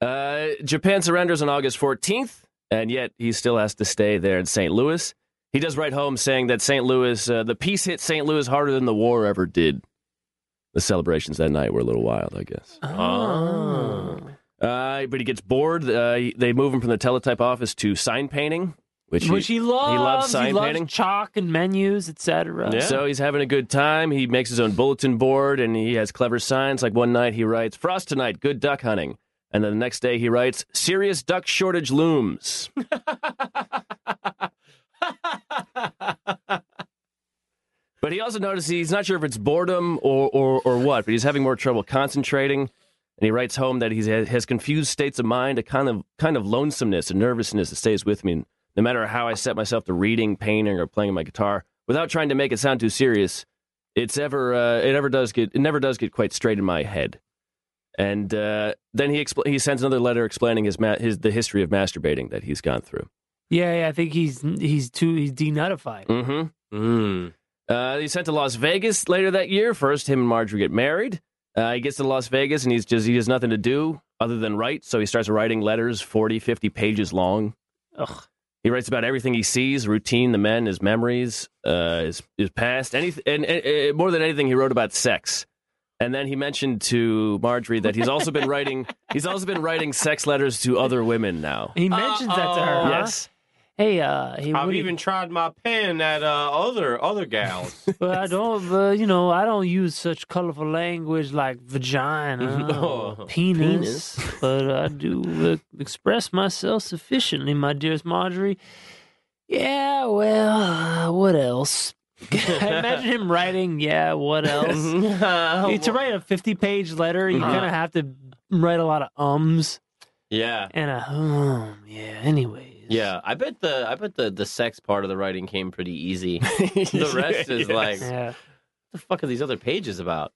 Speaker 4: Uh, Japan surrenders on August 14th, and yet he still has to stay there in St. Louis. He does write home saying that St. Louis, uh, the peace hit St. Louis harder than the war ever did. The celebrations that night were a little wild, I guess.
Speaker 3: Uh-huh. Oh.
Speaker 4: Uh, but he gets bored. Uh, he- they move him from the teletype office to sign painting, which,
Speaker 3: which he loves. He loves,
Speaker 4: sign painting.
Speaker 3: chalk and menus, etc.
Speaker 2: Yeah.
Speaker 4: So he's having a good time. He makes his own bulletin board and he has clever signs. Like one night he writes, Frost tonight, good duck hunting. And then the next day he writes, Serious duck shortage looms. but he also notices he's not sure if it's boredom or, or, or what, but he's having more trouble concentrating. And he writes home that he has confused states of mind, a kind of kind of lonesomeness and nervousness that stays with me. No matter how I set myself to reading, painting, or playing my guitar, without trying to make it sound too serious, it's ever uh, it ever does get it never does get quite straight in my head. And uh, then he expl- he sends another letter explaining his ma- his the history of masturbating that he's gone through.
Speaker 3: yeah, yeah. I think he's he's too he's denutified.
Speaker 4: Mm-hmm.
Speaker 2: Mm.
Speaker 4: Uh, he's sent to Las Vegas later that year. First, him and Marjorie get married. Uh, he gets to Las Vegas and he's just he has nothing to do other than write. So he starts writing letters 40, 50 pages long.
Speaker 3: Ugh.
Speaker 4: He writes about everything he sees, routine, the men, his memories, uh, his, his past, anything, and, and, and more than anything, he wrote about sex. And then he mentioned to Marjorie that he's also been writing he's also been writing sex letters to other women now.
Speaker 3: He mentions that to her.
Speaker 2: Uh-oh.
Speaker 3: huh?
Speaker 4: Yes.
Speaker 3: Hey, uh, hey,
Speaker 2: I've
Speaker 3: Woody,
Speaker 2: even tried my pen at uh, other other gals.
Speaker 3: Well, I don't, uh, you know, I don't use such colorful language like vagina
Speaker 2: Oh,
Speaker 3: or penis, but I do uh, express myself sufficiently, my dearest Marjorie. Yeah, well, uh, what else? I imagine him writing, yeah, what else?
Speaker 4: Oh,
Speaker 2: yeah.
Speaker 3: to write a 50 page letter,
Speaker 4: Mm-hmm.
Speaker 3: you kind of have to write a lot of ums
Speaker 2: Yeah.
Speaker 3: and a hum. Yeah, anyways.
Speaker 2: Yeah. I bet the I bet the the sex part of the writing came pretty easy. The rest is like, what
Speaker 3: Yeah.
Speaker 2: the fuck are these other pages about?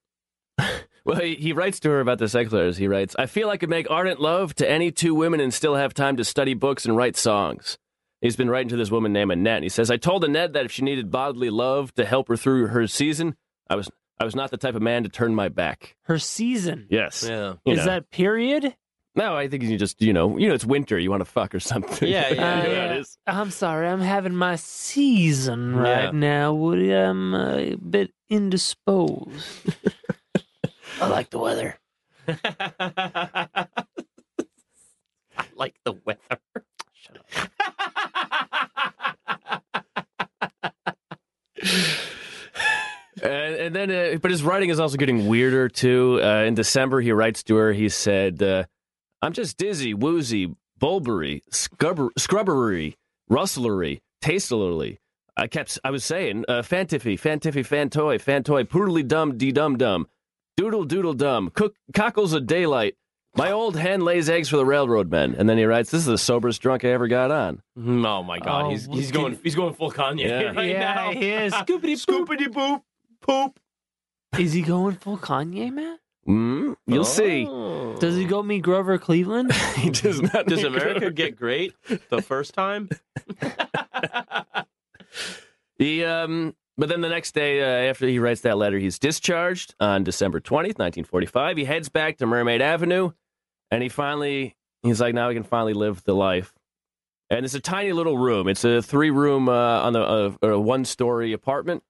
Speaker 4: Well, he, he writes to her about the sex letters. He writes, I feel I could make ardent love to any two women and still have time to study books and write songs. He's been writing to this woman named Annette. He says, I told Annette that if she needed bodily love to help her through her season, I was I was not the type of man to turn my back.
Speaker 3: Her season.
Speaker 4: Yes.
Speaker 2: Yeah.
Speaker 4: You
Speaker 3: Is
Speaker 4: know.
Speaker 3: that period?
Speaker 4: No, I think you just, you know, you know, it's winter. You want to fuck or something.
Speaker 2: Yeah, yeah,
Speaker 4: You know how
Speaker 3: yeah.
Speaker 4: it is.
Speaker 3: Uh, I'm sorry, I'm having my season right
Speaker 2: Yeah.
Speaker 3: now, Woody. I'm uh, a bit indisposed. I like the weather.
Speaker 2: I like the weather.
Speaker 4: And, and then, uh, but his writing is also getting weirder too. Uh, in December, he writes to her. He said, uh, "I'm just dizzy, woozy, bulbery, scrubber, scrubbery, rustlery, tastelerly." I kept, I was saying, uh, fantiffy, fantiffy, fantoy, fantoy, poodly dum, de dum dum, doodle doodle dum, cook, cockles of daylight. My old hen lays eggs for the railroad men. And then he writes, "This is the soberest drunk I ever got on."
Speaker 2: Oh my god,
Speaker 3: Oh,
Speaker 2: he's
Speaker 3: well,
Speaker 2: he's going he's going full Kanye
Speaker 4: Yeah.
Speaker 2: right now.
Speaker 3: is. Scoopity poop.
Speaker 2: Scoopity boop poop.
Speaker 3: Is he going full Kanye, man?
Speaker 4: Mm, you'll
Speaker 2: Oh.
Speaker 4: see.
Speaker 3: Does
Speaker 4: Oh.
Speaker 3: he go meet Grover Cleveland?
Speaker 4: He does not.
Speaker 2: Does America get great the first time?
Speaker 4: The um, but then the next day uh, after he writes that letter, he's discharged on December twentieth, nineteen forty-five. He heads back to Mermaid Avenue, and he finally he's like, now I can finally live the life. And it's a tiny little room. It's a three-room uh, on the uh, uh, one-story apartment,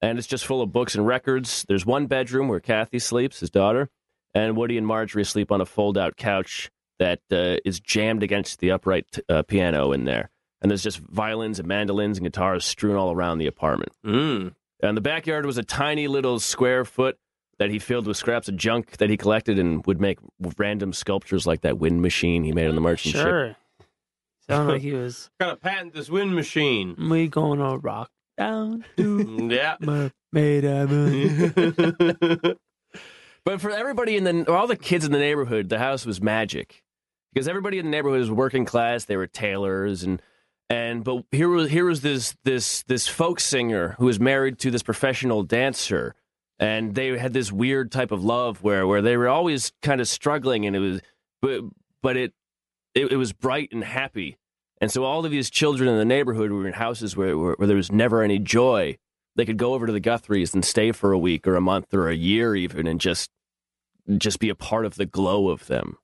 Speaker 4: and it's just full of books and records. There's one bedroom where Kathy sleeps, his daughter, and Woody and Marjorie sleep on a fold out couch that uh, is jammed against the upright uh, piano in there. And there's just violins and mandolins and guitars strewn all around the apartment.
Speaker 2: Mm.
Speaker 4: And the backyard was a tiny little square foot that he filled with scraps of junk that he collected and would make random sculptures like that wind machine he made on the merchant ship.
Speaker 3: Sure. Sounded like he was.
Speaker 2: Gotta patent this wind machine.
Speaker 3: We gonna rock down to
Speaker 2: yeah.
Speaker 3: Mermaid Avenue.
Speaker 4: But for everybody in the all the kids in the neighborhood, the house was magic because everybody in the neighborhood was working class. They were tailors and and but here was here was this this this folk singer who was married to this professional dancer, and they had this weird type of love where where they were always kind of struggling, and it was but but it it, it was bright and happy. And so all of these children in the neighborhood were in houses where, where, where there was never any joy. They could go over to the Guthries and stay for a week or a month or a year even and just just be a part of the glow of them.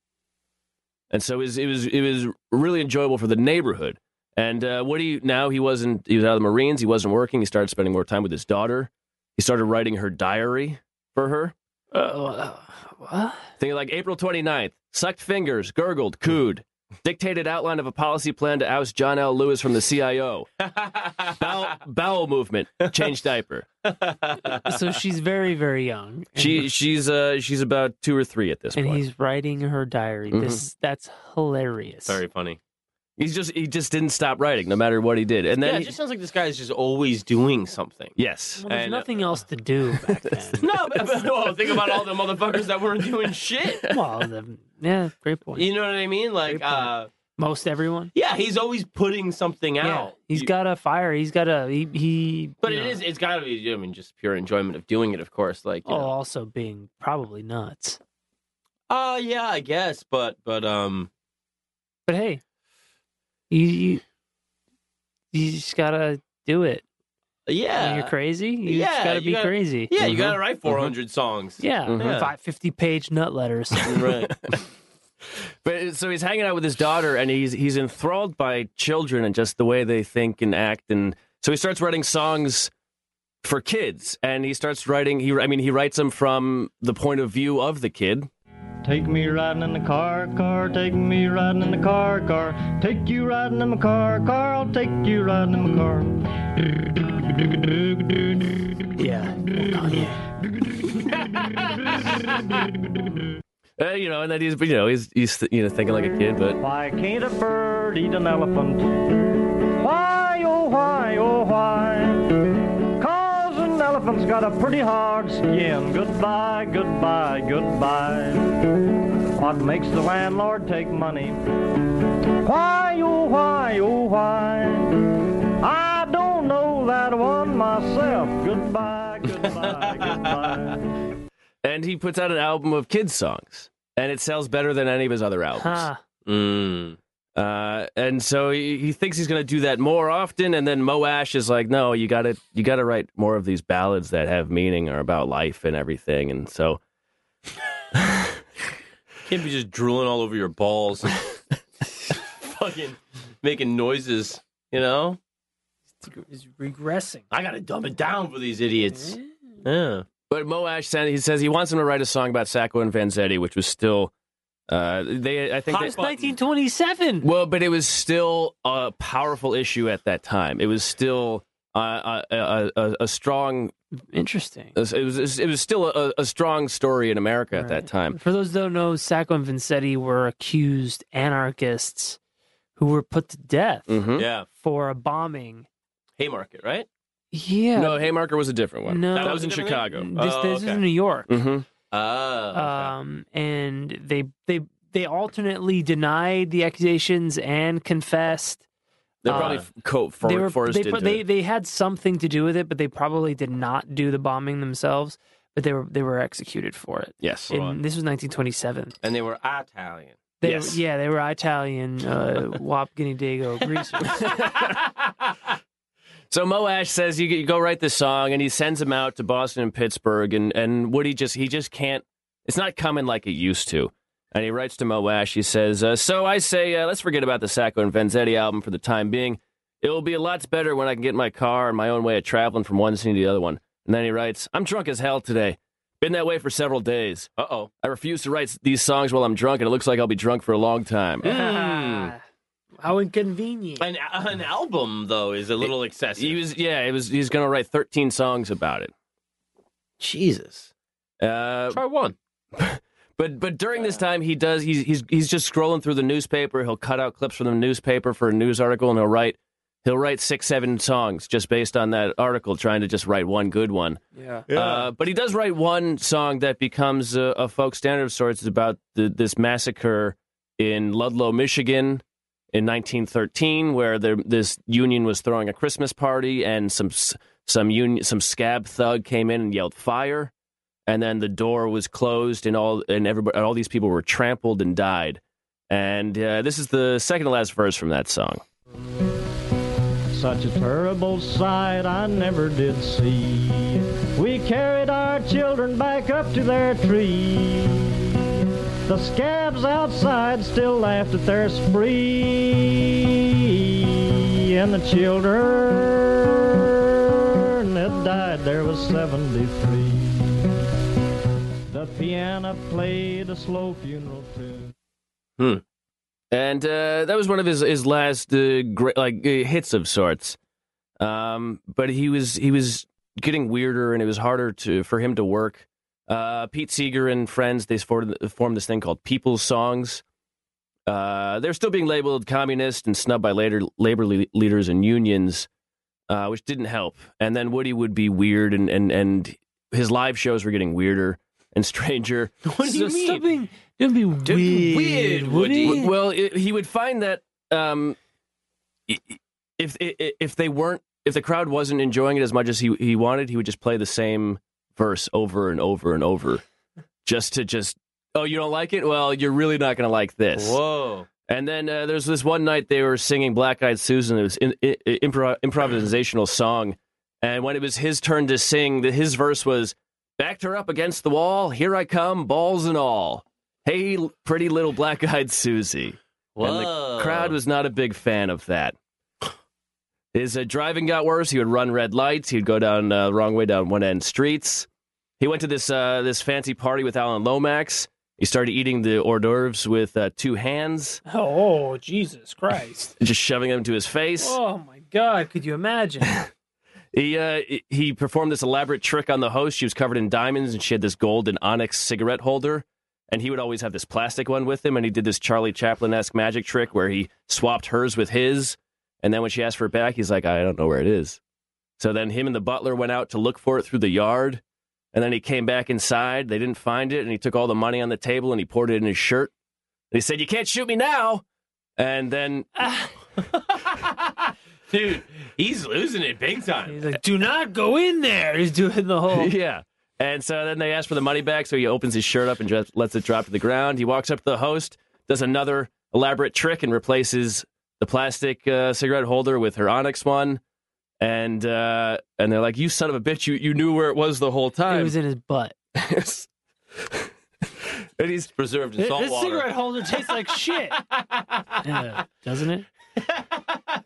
Speaker 4: And so it was it was, it was really enjoyable for the neighborhood. And uh, what do you now he wasn't he was out of the Marines, he wasn't working, he started spending more time with his daughter. He started writing her diary for her.
Speaker 3: Uh, what?
Speaker 4: Thing like April 29th, sucked fingers, gurgled, cooed, dictated outline of a policy plan to oust John L. Lewis from the CIO, bowel, bowel movement, change diaper.
Speaker 3: So she's very, very young. and-
Speaker 4: She she's uh she's about two or three at this
Speaker 3: and
Speaker 4: point. He's,
Speaker 3: he's writing her diary.
Speaker 2: Mm-hmm.
Speaker 3: This that's hilarious.
Speaker 2: Very funny.
Speaker 4: just he just didn't stop writing no matter what he did. And then
Speaker 2: yeah,
Speaker 4: he-
Speaker 2: it just sounds like this guy is just always doing something.
Speaker 4: yes,
Speaker 3: Well, there's
Speaker 2: And- uh,
Speaker 3: nothing else to do back then.
Speaker 2: No, but, but- no, think about all the motherfuckers that weren't doing shit.
Speaker 3: well, the, yeah, great point.
Speaker 2: You know what I mean? Like,
Speaker 3: Great point.
Speaker 2: uh,
Speaker 3: Most everyone.
Speaker 2: yeah, he's always putting something
Speaker 3: Yeah,
Speaker 2: out.
Speaker 3: he's
Speaker 2: You-
Speaker 3: got a fire. He's got a he. he
Speaker 2: but
Speaker 3: you
Speaker 2: it
Speaker 3: know,
Speaker 2: is, it's gotta be, I mean, just pure enjoyment of doing it, of course. Like, you
Speaker 3: Oh,
Speaker 2: know.
Speaker 3: also being probably nuts.
Speaker 2: Uh yeah, I guess, but but um
Speaker 3: But hey, you you, you just gotta do it.
Speaker 2: yeah.
Speaker 3: When you're crazy, you
Speaker 2: Yeah,
Speaker 3: just gotta
Speaker 2: you
Speaker 3: be
Speaker 2: gotta-
Speaker 3: crazy.
Speaker 2: Yeah, you got to write 400 songs.
Speaker 3: Yeah,
Speaker 4: Mm-hmm.
Speaker 2: Yeah.
Speaker 3: Five, 50 page nut letters.
Speaker 2: Right.
Speaker 4: but uh, so he's hanging out with his daughter and he's he's enthralled by children and just the way they think and act and so he starts writing songs for kids and he starts writing he I mean he writes them from the point of view of the kid
Speaker 5: Take me riding in the car, car. Take me riding in the car, car. Take you riding in my car, car. I'll take you riding in my car.
Speaker 3: yeah.
Speaker 4: Uh, you know, and then he's you know he's he's you know thinking like a kid, but
Speaker 5: Why can't a bird eat an elephant? Why, oh, why, oh, why? Cause an elephant's got a pretty hard skin. Goodbye, goodbye, goodbye. What makes the landlord take money? Why, oh, why, oh, why? I don't know that one myself. Goodbye, goodbye, goodbye.
Speaker 4: and he puts out an album of kids songs, and it sells better than any of his other albums.
Speaker 3: Huh.
Speaker 2: Mm.
Speaker 4: Uh, and so he, he thinks he's going to do that more often, and then Mo Ash is like, "No, you got to you got to write more of these ballads that have meaning or about life and everything." And so
Speaker 2: Can't be just drooling all over your balls and fucking making noises, you know?
Speaker 3: Is regressing.
Speaker 2: I got to dumb it down for these idiots. Yeah.
Speaker 4: But Mo Ash said he says he wants him to write a song about Sacco and Vanzetti, which was still uh, they I think
Speaker 2: Hot
Speaker 4: they,
Speaker 2: as
Speaker 3: It's 1927.
Speaker 4: well, but it was still a powerful issue at that time. It was still uh, a, a, a, a strong
Speaker 3: Interesting.
Speaker 4: it was it was, it was still a, a strong story in America at that
Speaker 3: Right.
Speaker 4: time.
Speaker 3: For those who don't know, Sacco and Vanzetti were accused anarchists who were put to death
Speaker 4: Mm-hmm.
Speaker 2: Hmm? Yeah.
Speaker 3: for a bombing.
Speaker 2: Haymarket, right?
Speaker 3: Yeah.
Speaker 4: No, Haymarker was a different one.
Speaker 3: No.
Speaker 4: that,
Speaker 3: That
Speaker 4: was
Speaker 2: was
Speaker 4: in
Speaker 2: a different
Speaker 4: Chicago.
Speaker 3: This,
Speaker 2: Oh,
Speaker 3: this is
Speaker 2: okay.
Speaker 3: New York.
Speaker 4: Mm-hmm.
Speaker 2: Oh.
Speaker 3: Um, and they they they alternately denied the accusations and confessed.
Speaker 4: They
Speaker 3: Uh,
Speaker 4: probably co- for,
Speaker 3: they were
Speaker 4: forced
Speaker 3: they,
Speaker 4: into
Speaker 3: they
Speaker 4: it.
Speaker 3: they had something to do with it, but they probably did not do the bombing themselves. But they were they were executed for it.
Speaker 4: Yes.
Speaker 3: And this was 1927.
Speaker 2: and they were Italian.
Speaker 3: They
Speaker 4: Yes.
Speaker 3: were, yeah, they were Italian, uh, Wap, Guinea Dago, greasers.
Speaker 4: So Mo Ash says you, you go write this song, and he sends him out to Boston and Pittsburgh, and and Woody just he just can't. It's not coming like it used to. And he writes to Mo Ash. He says, uh, "So I say, uh, let's forget about the Sacco and Vanzetti album for the time being. It will be a lot better when I can get in my car and my own way of traveling from one city to the other one. And then he writes, I'm drunk as hell today. Been that way for several days.
Speaker 2: Uh oh.
Speaker 4: I refuse to write these songs while I'm drunk, and it looks like I'll be drunk for a long time.
Speaker 2: Hmm.
Speaker 3: Ah, how inconvenient.
Speaker 2: An, an album though is a little excessive.
Speaker 4: He was, yeah, it was. He's gonna write 13 songs about it.
Speaker 2: Jesus.
Speaker 4: Uh,
Speaker 2: Try one.
Speaker 4: But but during this time, he does he's he's he's just scrolling through the newspaper. He'll cut out clips from the newspaper for a news article, and he'll write he'll write six seven songs just based on that article, trying to just write one good one.
Speaker 3: yeah.
Speaker 4: Uh, but he does write one song that becomes a, a folk standard of sorts. It's about the, this massacre in Ludlow, Michigan. In 1913, where there, this union was throwing a Christmas party, and some s- some union some scab thug came in and yelled fire, and then the door was closed, and all and everybody all these people were trampled and died. And uh, this is the second to last verse from that song.
Speaker 5: Such a terrible sight I never did see. We carried our children back up to their tree. The scabs outside still laughed at their spree. And the children that died there was 73. The piano played a slow funeral tune.
Speaker 4: and uh, that was one of his his last uh, great like uh, hits of sorts. Um, but he was he was getting weirder, and it was harder to for him to work. Uh, Pete Seeger and friends they formed, formed this thing called People's Songs. Uh, they're still being labeled communist and snubbed by later labor le- leaders and unions, uh, which didn't help. And then Woody would be weird, and and and his live shows were getting weirder and stranger.
Speaker 2: What do you mean?
Speaker 3: Stop being, don't be weird,
Speaker 2: Don't be weird, Woody.
Speaker 3: Woody.
Speaker 4: W- Well, it, he would find that um, i- i- if i- i- if they weren't if the crowd wasn't enjoying it as much as he he wanted, he would just play the same verse over and over and over, just to just oh you don't like it? Well, you're really not going to like this.
Speaker 2: Whoa.
Speaker 4: And then uh, there's this one night they were singing Black Eyed Susan. It was an i i- impro- improvisational song. And when it was his turn to sing, the, his verse was Backed her up against the wall. Here I come, balls and all. Hey, l- pretty little black eyed Susie. And
Speaker 2: Whoa.
Speaker 4: the crowd was not a big fan of that. His uh, driving got worse. He would run red lights. He'd go down uh, wrong way down one end streets. He went to this uh, this fancy party with Alan Lomax. He started eating the hors d'oeuvres with uh, two hands
Speaker 3: Oh, Jesus Christ.
Speaker 4: just shoving them to his face.
Speaker 3: Oh, my God. Could you imagine?
Speaker 4: He uh, he performed this elaborate trick on the host. She was covered in diamonds, and she had this gold and onyx cigarette holder. And he would always have this plastic one with him. And he did this Charlie Chaplin esque magic trick where he swapped hers with his. And then when she asked for it back, he's like, "I don't know where it is." So then him and the butler went out to look for it through the yard. And then he came back inside. They didn't find it, and he took all the money on the table and he poured it in his shirt. And he said, "You can't shoot me now." And then
Speaker 2: Dude, he's losing it big time.
Speaker 3: He's like, do not go in there. He's doing the whole.
Speaker 4: yeah. And so then they ask for the money back. So he opens his shirt up and just lets it drop to the ground. He walks up to the host, does another elaborate trick, and replaces the plastic uh, cigarette holder with her onyx one. And uh, and they're like, "You son of a bitch! You you knew where it was the whole
Speaker 3: It
Speaker 4: time."
Speaker 3: was in his butt.
Speaker 4: and he's
Speaker 2: Preserved in
Speaker 3: Th-
Speaker 2: salt
Speaker 3: this
Speaker 2: water.
Speaker 3: cigarette holder tastes like shit. Yeah, doesn't it?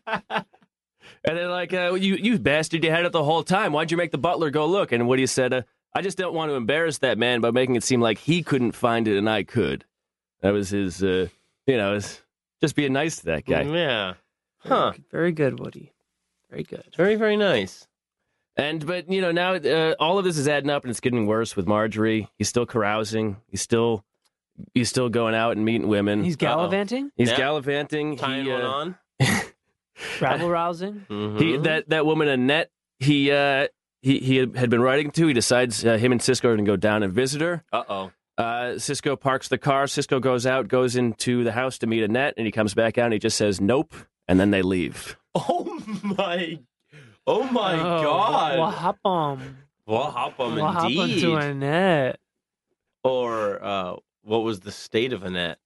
Speaker 4: and they're like, uh, "You you bastard! You had it the whole time. Why'd you make the butler go look?" And Woody said, uh, "I just don't want to embarrass that man by making it seem like he couldn't find it and I could." That was his, uh, you know, his, just being nice to that guy.
Speaker 2: Mm, Yeah. Huh.
Speaker 3: Very good, Woody. Very good.
Speaker 2: Very, very nice.
Speaker 4: And but you know now uh, all of this is adding up and it's getting worse with Marjorie. He's still carousing. He's still he's still going out and meeting
Speaker 2: Hmm.
Speaker 4: women.
Speaker 3: He's gallivanting,
Speaker 4: he's
Speaker 2: Yeah.
Speaker 4: gallivanting.
Speaker 2: Tying
Speaker 4: he,
Speaker 2: one
Speaker 4: uh,
Speaker 2: on.
Speaker 3: rabble rousing.
Speaker 2: Mhm.
Speaker 4: he that that woman Annette. He uh, he he had been writing to. He decides uh, him and Cisco are going to go down and visit her.
Speaker 2: Uh-oh.
Speaker 4: Uh, Cisco parks the car. Cisco goes out, goes into the house to meet Annette, and he comes back out and he just says nope, and then they leave.
Speaker 2: Oh my Oh my
Speaker 3: Oh,
Speaker 2: god.
Speaker 3: Well, hop on.
Speaker 2: Well, hop 'em
Speaker 3: Well, hop
Speaker 2: indeed.
Speaker 3: onto Annette.
Speaker 2: Or uh, what was the state of Annette?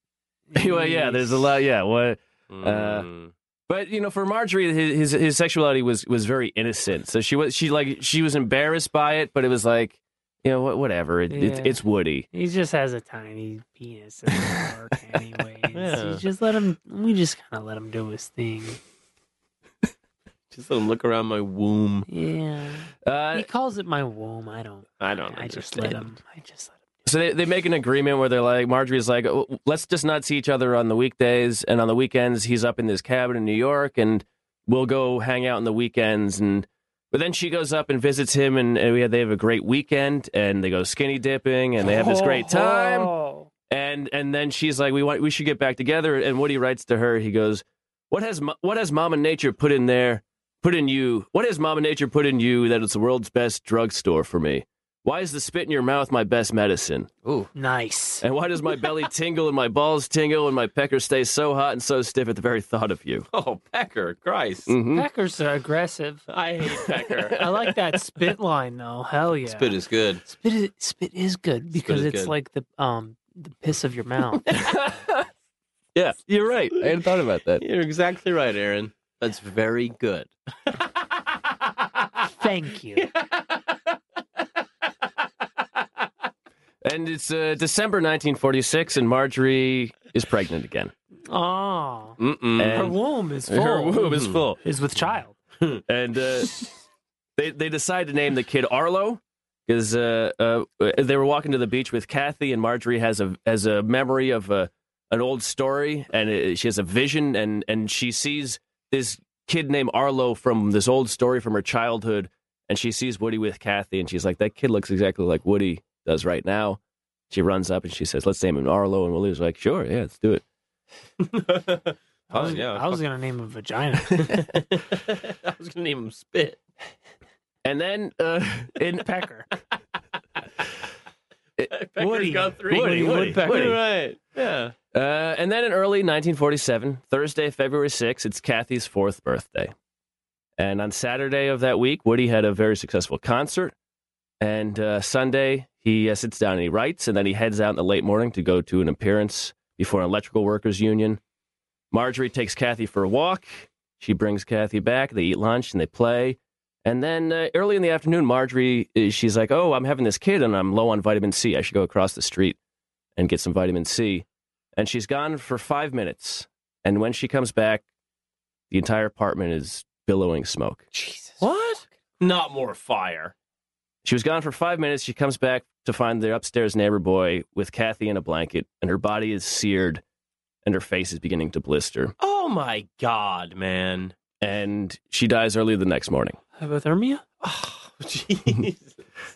Speaker 4: well, yeah, there's a lot. Yeah, what.
Speaker 2: Mm.
Speaker 4: But you know, for Marjorie, his his, his sexuality was was very innocent. So she was she like she was embarrassed by it, but it was like you know what whatever. It, it's
Speaker 3: Yeah.
Speaker 4: it's Woody.
Speaker 3: He just has a tiny penis in his work, anyways.
Speaker 2: Yeah.
Speaker 3: You just let him. We just kind of let him do his thing.
Speaker 2: Just let him look around my womb.
Speaker 3: Yeah.
Speaker 4: Uh,
Speaker 3: he calls it my womb. I don't.
Speaker 2: I don't
Speaker 3: I just let
Speaker 2: understand.
Speaker 3: him. I just let him.
Speaker 4: So they, they make an agreement where they're like, Marjorie's like, "Oh, let's just not see each other on the weekdays. And on the weekends, he's up in this cabin in New York and we'll go hang out on the weekends. And, but then she goes up and visits him and, and we have, they have a great weekend and they go skinny dipping and they have this great time.
Speaker 3: Oh.
Speaker 4: And, and then she's like, we want, we should get back together. And Woody writes to her, he goes, what has, mo- what has mama nature put in there? Put in you. What has mama nature put in you that it's the world's best drugstore for me? Why is the spit in your mouth my best medicine?
Speaker 3: Nice.
Speaker 4: And why does my belly tingle and my balls tingle and my pecker stays so hot and so stiff at the very thought of you?
Speaker 2: Oh, Pecker, Christ.
Speaker 4: Mm-hmm.
Speaker 3: Packers are aggressive.
Speaker 2: I hate Pecker.
Speaker 3: I like that spit line though. Hell yeah.
Speaker 2: Spit is good.
Speaker 3: Spit is, spit is good because
Speaker 2: is
Speaker 3: it's
Speaker 2: good.
Speaker 3: like the um the piss of your mouth.
Speaker 4: Yeah, you're right. I hadn't thought about that.
Speaker 2: You're exactly right, Aaron. That's very good.
Speaker 3: Thank you.
Speaker 4: And it's uh, December 1946, and Marjorie is pregnant again.
Speaker 3: Oh,
Speaker 2: Mm-mm.
Speaker 3: her
Speaker 4: And
Speaker 3: womb is full.
Speaker 4: Mm. her womb is full.
Speaker 3: is with child.
Speaker 4: And uh, they they decide to name the kid Arlo because uh, uh, they were walking to the beach with Kathy, and Marjorie has a has a memory of a, an old story, and uh she has a vision, and and she sees this kid named Arlo from this old story from her childhood, and she sees Woody with Kathy, and she's like, that kid looks exactly like Woody does right now. She runs up and she says, "Let's name him Arlo," and Willie's like, "Sure, yeah, let's do it."
Speaker 3: I was,
Speaker 2: Oh, yeah.
Speaker 3: I was gonna name a vagina.
Speaker 2: I was gonna name him Spit.
Speaker 4: And then uh, in
Speaker 3: Pecker.
Speaker 2: Pecker's
Speaker 4: Woody.
Speaker 2: got three.
Speaker 4: Woody, Woody, Woody.
Speaker 2: Right. Yeah.
Speaker 4: Uh, and then in early 1947, Thursday, February 6th, it's Kathy's fourth birthday. And on Saturday of that week, Woody had a very successful concert. And uh, Sunday, he uh, sits down and he writes, and then he heads out in the late morning to go to an appearance before an electrical workers union. Marjorie takes Kathy for a walk. She brings Kathy back. They eat lunch and they play. And then uh, early in the afternoon, Marjorie, uh, she's like, Oh, I'm having this kid and I'm low on vitamin C. I should go across the street and get some vitamin C and she's gone for five minutes. And when she comes back, the entire apartment is billowing smoke.
Speaker 3: Jesus.
Speaker 2: What? Not more fire.
Speaker 4: She was gone for five minutes. She comes back to find their upstairs neighbor boy with Kathy in a blanket, and her body is seared, and her face is beginning to blister.
Speaker 2: Oh my god, man.
Speaker 4: And she dies early the next morning.
Speaker 3: Hypothermia?
Speaker 2: Oh, jeez.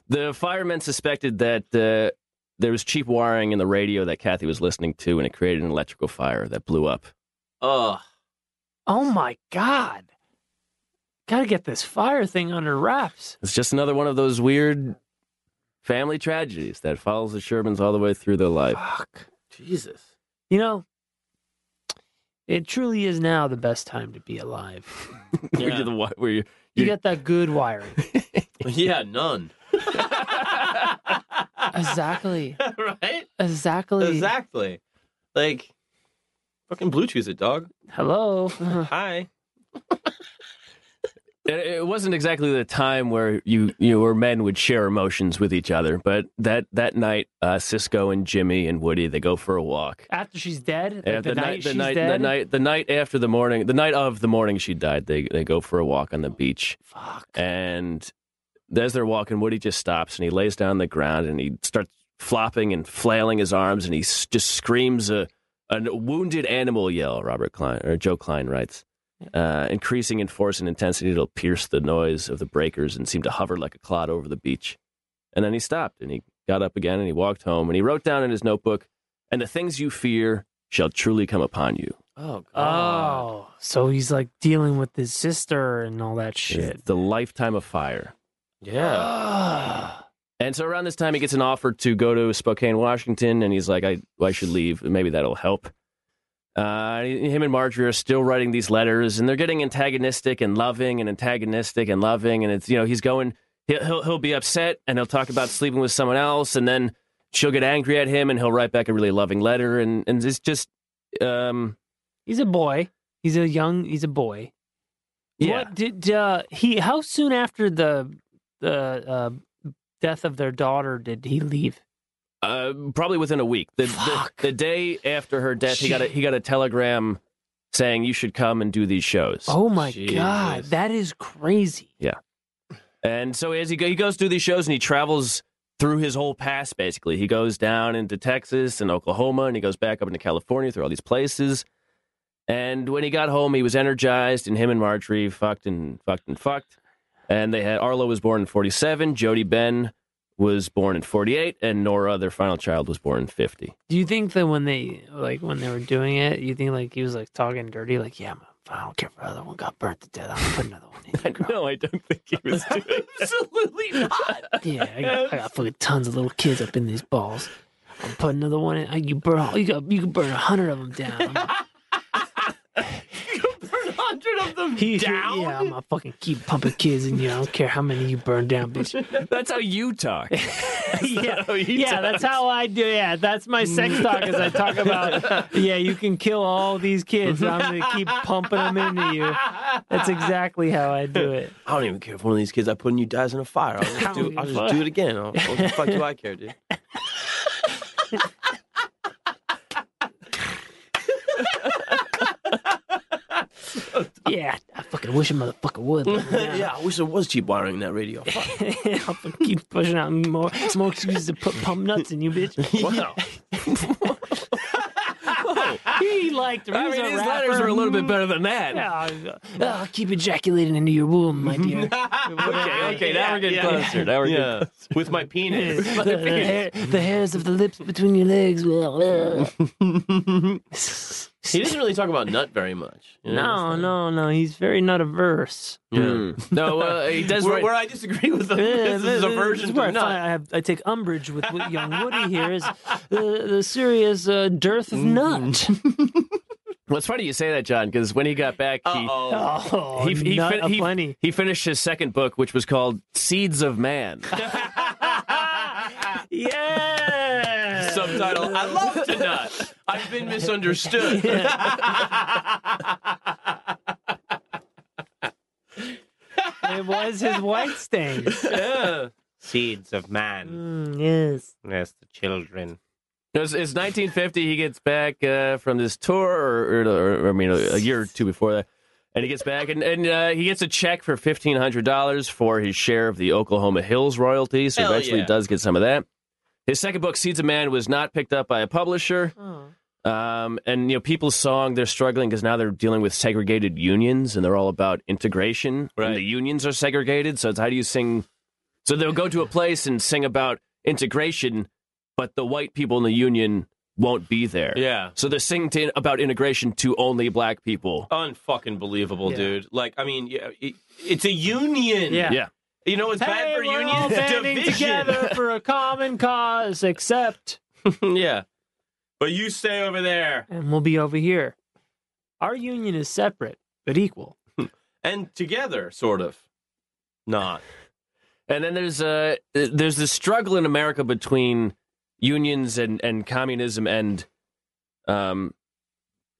Speaker 4: The firemen suspected that uh, there was cheap wiring in the radio that Kathy was listening to, and it created an electrical fire that blew up.
Speaker 2: Ugh.
Speaker 3: Oh my god. Gotta get this fire thing under wraps.
Speaker 4: It's just another one of those weird family tragedies that follows the Shermans all the way through their life.
Speaker 3: Fuck.
Speaker 2: Jesus.
Speaker 3: You know, it truly is now the best time to be alive.
Speaker 4: where
Speaker 2: Yeah.
Speaker 4: you're the wi- where you're,
Speaker 3: You
Speaker 4: you're-
Speaker 3: get that good wiring.
Speaker 2: Yeah, none.
Speaker 3: Exactly.
Speaker 2: right?
Speaker 3: Exactly.
Speaker 2: Exactly. Like fucking Bluetooth it, dog.
Speaker 3: Hello.
Speaker 2: Hi.
Speaker 4: it, it wasn't exactly the time where you you know, where men would share emotions with each other, but that that night, uh, Cisco and Jimmy and Woody they go for a walk.
Speaker 3: After she's dead, like
Speaker 4: And
Speaker 3: the, night,
Speaker 4: the
Speaker 3: she's
Speaker 4: night,
Speaker 3: dead.
Speaker 4: the night, the night after the morning, the night of the morning she died, they they go for a walk on the beach,
Speaker 3: Fuck.
Speaker 4: and as they're walking, Woody just stops and he lays down on the ground and he starts flopping and flailing his arms and he s- just screams a a wounded animal yell. Robert Klein or Joe Klein writes, uh, increasing in force and intensity, it'll pierce the noise of the breakers and seem to hover like a cloud over the beach. And then he stopped and he got up again and he walked home and he wrote down in his notebook, "And the things you fear shall truly come upon you."
Speaker 2: Oh god.
Speaker 3: Oh, so he's like dealing with his sister and all that shit.
Speaker 4: The lifetime of fire.
Speaker 2: Yeah.
Speaker 3: Ugh.
Speaker 4: And so around this time, he gets an offer to go to Spokane, Washington, and he's like, I, I should leave. Maybe that'll help. Uh, him and Marjorie are still writing these letters, and they're getting antagonistic and loving and antagonistic and loving. And it's, you know, he's going, he'll, he'll, he'll be upset and he'll talk about sleeping with someone else, and then she'll get angry at him and he'll write back a really loving letter. And, and it's just, um,
Speaker 3: He's a boy. He's a young. He's a boy.
Speaker 4: yeah.
Speaker 3: What did uh, he? How soon after the the uh, death of their daughter did he leave?
Speaker 4: Uh, probably within a week. The, the,
Speaker 3: Fuck.
Speaker 4: the day after her death, he got a, he got a telegram saying you should come and do these shows.
Speaker 3: Oh my god,
Speaker 2: Jesus.
Speaker 3: that is crazy.
Speaker 4: And so as he go, he goes through these shows and he travels through his whole past basically. He goes down into Texas and Oklahoma and he goes back up into California through all these places. And when he got home, he was energized and him and Marjorie fucked and fucked and fucked. And they had Arlo was born in 47, Jody Ben was born in 48 and Nora their final child was born in 50.
Speaker 3: Do you think that when they like when they were doing it, you think like he was like talking dirty, like yeah, I don't care if another one got burnt to death. I'm gonna put another one in. Girl.
Speaker 4: No, I don't think he was doing
Speaker 2: Absolutely not.
Speaker 3: Yeah, I got, I got fucking tons of little kids up in these balls. I'm putting another one in. I- You burn, you got, you can burn a hundred of them down. I'm-
Speaker 2: Hundred of them
Speaker 3: he- he-
Speaker 2: down.
Speaker 3: yeah, I'm gonna fucking keep pumping kids in you. I don't care how many you burn down, bitch.
Speaker 4: That's how you talk.
Speaker 3: yeah,
Speaker 4: how he
Speaker 3: yeah, that's how I do. Yeah, that's my sex talk. As I talk about, yeah, you can kill all these kids. I'm gonna keep pumping them into you. That's exactly how I do it.
Speaker 2: I don't even care if one of these kids I put in you dies in a fire. I'll just do, I'll just do it again. I'll, what the fuck do I care, dude?
Speaker 3: Yeah, I fucking wish a motherfucker would.
Speaker 2: yeah, I wish I was cheap wiring that radio. Fuck.
Speaker 3: I'll fucking keep pushing out more more excuses to put pump nuts in you, bitch.
Speaker 2: Wow.
Speaker 3: He liked. He
Speaker 4: I
Speaker 3: was
Speaker 4: mean,
Speaker 3: a
Speaker 4: his
Speaker 3: rapper.
Speaker 4: letters are a little bit better than that.
Speaker 3: Yeah, I'll- I'll Oh, keep ejaculating into your womb, my dear.
Speaker 4: Okay, okay, now we're getting
Speaker 2: Yeah, yeah.
Speaker 4: closer. Now we're getting
Speaker 2: Yeah. With my
Speaker 3: the,
Speaker 2: penis.
Speaker 3: the hair, the hairs of the lips between your legs. will-
Speaker 2: he doesn't really talk about nut very much. you know,
Speaker 3: no,
Speaker 2: it's
Speaker 3: no, no. He's very not averse.
Speaker 2: like- Yeah.
Speaker 4: No, uh, he does.
Speaker 2: Where,
Speaker 4: write-
Speaker 2: where I disagree with him,
Speaker 3: Yeah,
Speaker 2: this is
Speaker 3: the-
Speaker 2: a
Speaker 3: the-
Speaker 2: version
Speaker 3: this
Speaker 2: to
Speaker 3: where I fi-
Speaker 2: nut.
Speaker 3: I, have, I take umbrage with what young Woody here is the, the serious uh, dearth of nut.
Speaker 4: Mm-hmm. Well, it's funny you say that, John, because when he got back, he,
Speaker 2: Uh-oh.
Speaker 3: Oh,
Speaker 4: he, he,
Speaker 3: nut
Speaker 4: fin-
Speaker 3: a
Speaker 4: he-
Speaker 3: plenty.
Speaker 4: he finished his second book, which was called Seeds of Man.
Speaker 3: Yeah.
Speaker 2: Subtitle, I love to nut. I've been misunderstood.
Speaker 3: it was his white stain.
Speaker 2: Seeds of man.
Speaker 3: Mm, yes.
Speaker 2: Yes, the children.
Speaker 4: It's, it's 1950. He gets back uh, from this tour, or, or, or I mean, a, a year or two before that. And he gets back, and, and uh, he gets a check for fifteen hundred dollars for his share of the Oklahoma Hills royalties. So
Speaker 2: Hell
Speaker 4: eventually,
Speaker 2: yeah.
Speaker 4: he does get some of that. His second book, Seeds of Man, was not picked up by a publisher.
Speaker 3: Oh.
Speaker 4: Um, and you know, people's song they're struggling because now they're dealing with segregated unions, and they're all about integration.
Speaker 2: Right.
Speaker 4: And the unions are segregated, so it's how do you sing? So they'll go to a place and sing about integration, but the white people in the union won't be there.
Speaker 2: Yeah.
Speaker 4: So they're singing to, about integration to only black people.
Speaker 2: Unfucking believable,
Speaker 3: Yeah.
Speaker 2: dude. Like, I mean, yeah, it, it's a union.
Speaker 3: Yeah.
Speaker 4: Yeah.
Speaker 2: You know what's bad
Speaker 3: Hey,
Speaker 2: for
Speaker 3: we're
Speaker 2: unions?
Speaker 3: all banding
Speaker 2: Division.
Speaker 3: together for a common cause, except,
Speaker 2: yeah. But you stay over there.
Speaker 3: and we'll be over here. Our union is separate but equal.
Speaker 2: And together, sort of. Not.
Speaker 4: And then there's uh, there's this struggle in America between unions and, and communism and um,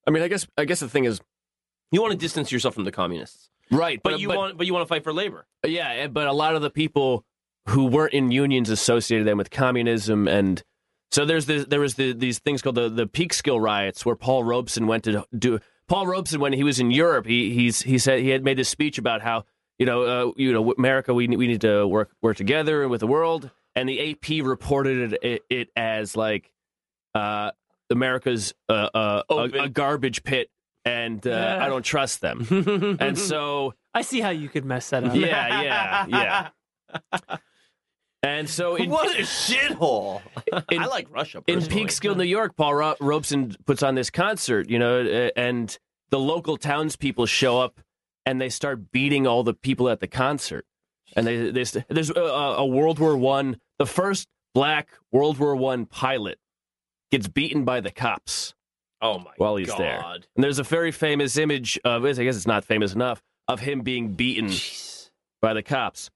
Speaker 4: I mean, I guess I guess the thing is
Speaker 2: You want to distance yourself from the communists.
Speaker 4: right,
Speaker 2: But, you want but you want to fight for labor.
Speaker 4: Yeah, eh, but a lot of the people who weren't in unions associated them with communism and so there's this, there was the, these things called the, the Peekskill riots where Paul Robeson went to do Paul Robeson when he was in Europe he he's he said he had made this speech about how you know uh, you know America we need- we need to work work together with the world and the AP reported it, it, it as like uh, America's uh, uh, a,
Speaker 2: Open.
Speaker 4: a garbage pit and uh,
Speaker 3: Yeah.
Speaker 4: I don't trust them and so
Speaker 3: I see how you could mess that up.
Speaker 4: yeah, yeah, yeah. And so in,
Speaker 2: what a shithole.
Speaker 4: In-
Speaker 2: I like Russia.
Speaker 4: in
Speaker 2: personally.
Speaker 4: Peekskill, New York, Paul Ro- Robeson puts on this concert, you know, uh, and the local townspeople show up and they start beating all the people at the concert. And they, they st- there's a, a World War One, the first black World War One pilot gets beaten by the cops.
Speaker 2: Oh my
Speaker 4: while he's there.
Speaker 2: God.
Speaker 4: And there's a very famous image of I guess it's not famous enough of him being beaten by the cops.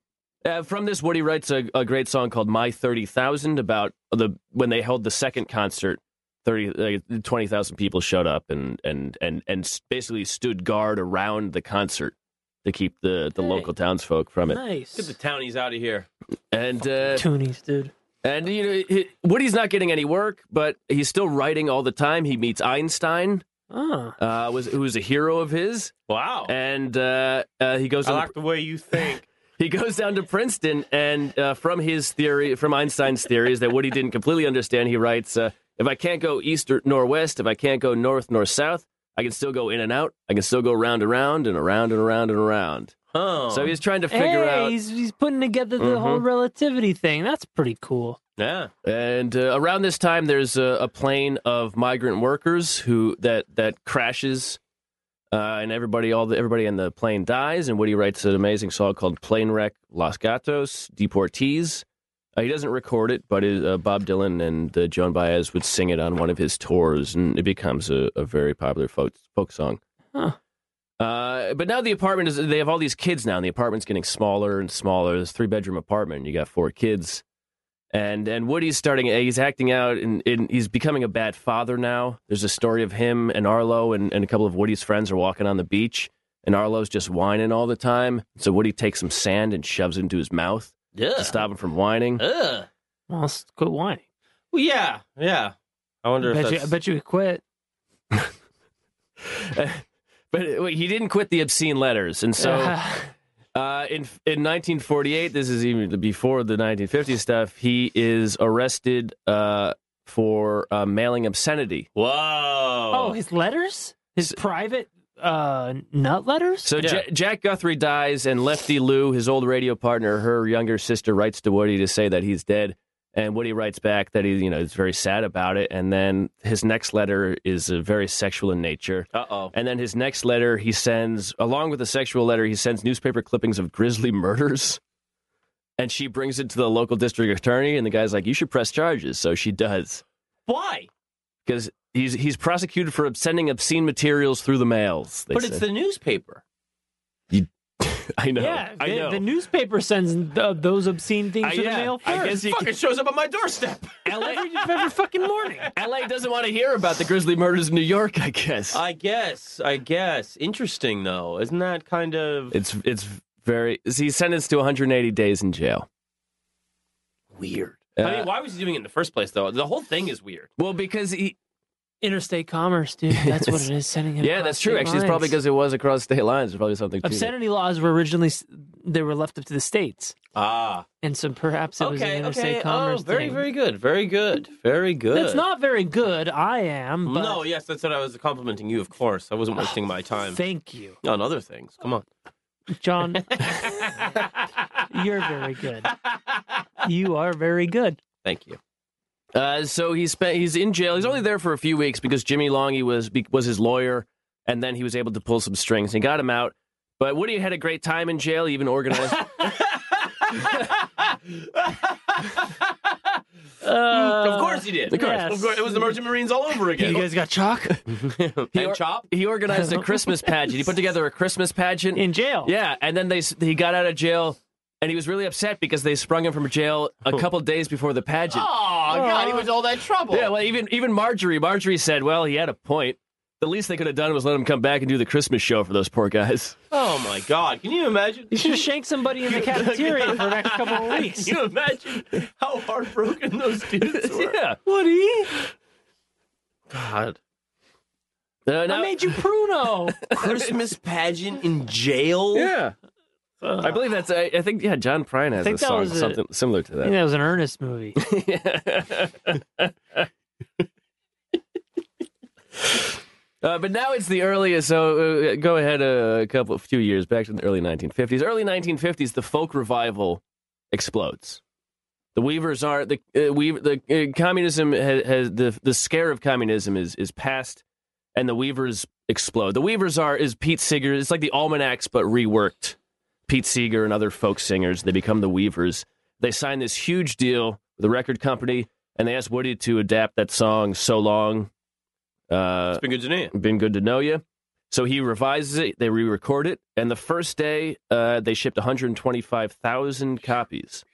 Speaker 4: Uh, from this, Woody writes a, a great song called "My Thirty Thousand about the when they held the second concert. 30, like, 20,000 people showed up and, and, and, and s- basically stood guard around the concert to keep the, the
Speaker 3: Hey.
Speaker 4: local townsfolk from it.
Speaker 2: Get the
Speaker 3: Nice.
Speaker 2: townies out of here.
Speaker 4: And uh,
Speaker 3: Toonies, dude.
Speaker 4: and you know, he- Woody's not getting any work, but he's still writing all the time. He meets Einstein,
Speaker 3: Oh.
Speaker 4: uh, was who was a hero of his,
Speaker 2: Wow.
Speaker 4: and uh, uh, he goes
Speaker 2: I
Speaker 4: on
Speaker 2: like the way you think.
Speaker 4: he goes down to Princeton, and uh, from his theory, from Einstein's theories that Woody didn't completely understand, he writes, uh, "If I can't go east or, nor west, if I can't go north nor south, I can still go in and out. I can still go round and round and around and around and around."
Speaker 2: Oh.
Speaker 4: So he's trying to figure
Speaker 3: Hey,
Speaker 4: out Mm-hmm.
Speaker 3: he's, he's putting together the whole relativity thing. That's pretty cool.
Speaker 2: yeah.
Speaker 4: And uh, around this time, there's a, a plane of migrant workers who that that crashes, uh, and everybody all the, everybody on the plane dies. And Woody writes an amazing song called "Plane Wreck Los Gatos Deportees." Uh, he doesn't record it, but it, uh, Bob Dylan and uh, Joan Baez would sing it on one of his tours, and it becomes a, a very popular folk, folk song.
Speaker 3: Huh.
Speaker 4: Uh, but now the apartment is, they have all these kids now, and the apartment's getting smaller and smaller. It's a three bedroom apartment, and you got four kids and and Woody's starting. He's acting out, and, and he's becoming a bad father now. There's a story of him and Arlo, and, and a couple of Woody's friends are walking on the beach, and Arlo's just whining all the time. So Woody takes some sand and shoves it into his mouth to
Speaker 2: Yeah.
Speaker 4: stop him from whining.
Speaker 2: Ugh.
Speaker 3: Well, let's quit whining.
Speaker 2: Well, yeah. Yeah. I wonder
Speaker 3: I
Speaker 2: if
Speaker 3: bet, you, I
Speaker 2: that's...
Speaker 3: bet you we quit.
Speaker 4: But wait, he didn't quit the obscene letters, and so. Uh, in in 1948, this is even before the 1950 stuff. He is arrested uh, for uh, mailing obscenity.
Speaker 2: Whoa.
Speaker 3: oh, his letters? His private uh, nut letters?
Speaker 4: So
Speaker 2: Yeah.
Speaker 4: Ja- Jack Guthrie dies, and Lefty Lou, his old radio partner, her younger sister, writes to Woody to say that he's dead, and Woody writes back that he, you know, is very sad about it. And then his next letter is uh, very sexual in nature.
Speaker 2: Uh-oh.
Speaker 4: And then his next letter, he sends, along with the sexual letter, he sends newspaper clippings of grisly murders. And she brings it to the local district attorney, and the guy's like, "You should press charges." So she does
Speaker 2: Why?
Speaker 4: because he's he's prosecuted for sending obscene materials through the mails. they
Speaker 2: But it's
Speaker 4: said.
Speaker 2: the newspaper.
Speaker 4: I know,
Speaker 3: yeah,
Speaker 4: I
Speaker 3: the,
Speaker 4: know.
Speaker 3: the newspaper sends th- those obscene things
Speaker 4: Uh,
Speaker 3: to
Speaker 4: yeah,
Speaker 3: the mail
Speaker 4: I
Speaker 3: first.
Speaker 4: guess he-
Speaker 2: Fuck, it shows up on my doorstep.
Speaker 3: every, every fucking morning.
Speaker 4: LA doesn't want to hear about the grisly murders in New York, I guess.
Speaker 2: I guess. I guess. Interesting, though. Isn't that kind of
Speaker 4: it's it's very he's sentenced to 180 days in jail.
Speaker 2: weird?
Speaker 4: Uh,
Speaker 2: I mean, why was he doing it in the first place, though? The whole thing is weird.
Speaker 4: Well, because he
Speaker 3: Interstate commerce, dude. That's what it is. Sending him.
Speaker 4: yeah, that's true. Actually, it's probably because it was across state lines. It's probably something. to that.
Speaker 3: obscenity laws were originally s- they were left up to the states,
Speaker 2: Ah.
Speaker 3: and so perhaps it was an
Speaker 2: Okay.
Speaker 3: interstate
Speaker 2: Okay. Oh,
Speaker 3: commerce
Speaker 2: very,
Speaker 3: thing.
Speaker 2: very good. Very good. Very good.
Speaker 3: That's not very good. I am. But
Speaker 2: No, yes, that's what I was complimenting you, of course. I wasn't wasting my time
Speaker 3: Thank you,
Speaker 2: on other things. Come on.
Speaker 3: John. You're very good. You are very good.
Speaker 2: Thank you.
Speaker 4: Uh, so he spent. He's in jail. He's only there for a few weeks because Jimmy Longy was be- was his lawyer, and then he was able to pull some strings. He got him out. But Woody had a great time in jail. He even organized.
Speaker 2: of course he did.
Speaker 3: Of course. Yes.
Speaker 2: Of course. It was the Merchant Marines all over again.
Speaker 3: You guys got chalk
Speaker 2: and Chop?
Speaker 4: he organized a Christmas pageant. He put together a Christmas pageant
Speaker 3: in jail.
Speaker 4: Yeah, and then they he got out of jail, and he was really upset because they sprung him from jail
Speaker 3: Oh.
Speaker 4: a couple days before the pageant.
Speaker 2: Oh, God, he was all that trouble.
Speaker 4: Yeah, well, even even Marjorie, Marjorie said, well, he had a point. The least they could have done was let him come back and do the Christmas show for those poor guys.
Speaker 2: oh, my God. Can you imagine?
Speaker 3: You should have shanked somebody in the cafeteria for the next couple of weeks.
Speaker 2: Can you imagine how heartbroken those dudes were?
Speaker 4: yeah.
Speaker 3: Woody,
Speaker 2: God.
Speaker 4: Uh,
Speaker 3: I
Speaker 4: now-
Speaker 3: made you Pruno.
Speaker 2: Christmas pageant in jail?
Speaker 4: yeah. I believe that's. I, I think yeah. John Prine has
Speaker 3: think
Speaker 4: a
Speaker 3: that
Speaker 4: song
Speaker 3: was a-
Speaker 4: something similar to
Speaker 3: I think
Speaker 4: that.
Speaker 3: that was an earnest movie.
Speaker 4: Uh, but now it's the earliest. So uh, go ahead a couple, a few years back to the early 1950s. Early 1950s, the folk revival explodes. The Weavers are the uh, Weaver. The uh, communism has, has the the scare of communism is is past, and the Weavers explode. The Weavers are is Pete Seeger. It's like the Almanacs but reworked. Pete Seeger and other folk singers. They become the Weavers. They sign this huge deal with a record company, and they ask Woody to adapt that song "So Long." Uh,
Speaker 2: It's been good to know you.
Speaker 4: been good to know you. So he revises it, they re record it, and the first day uh, they shipped 125,000 copies.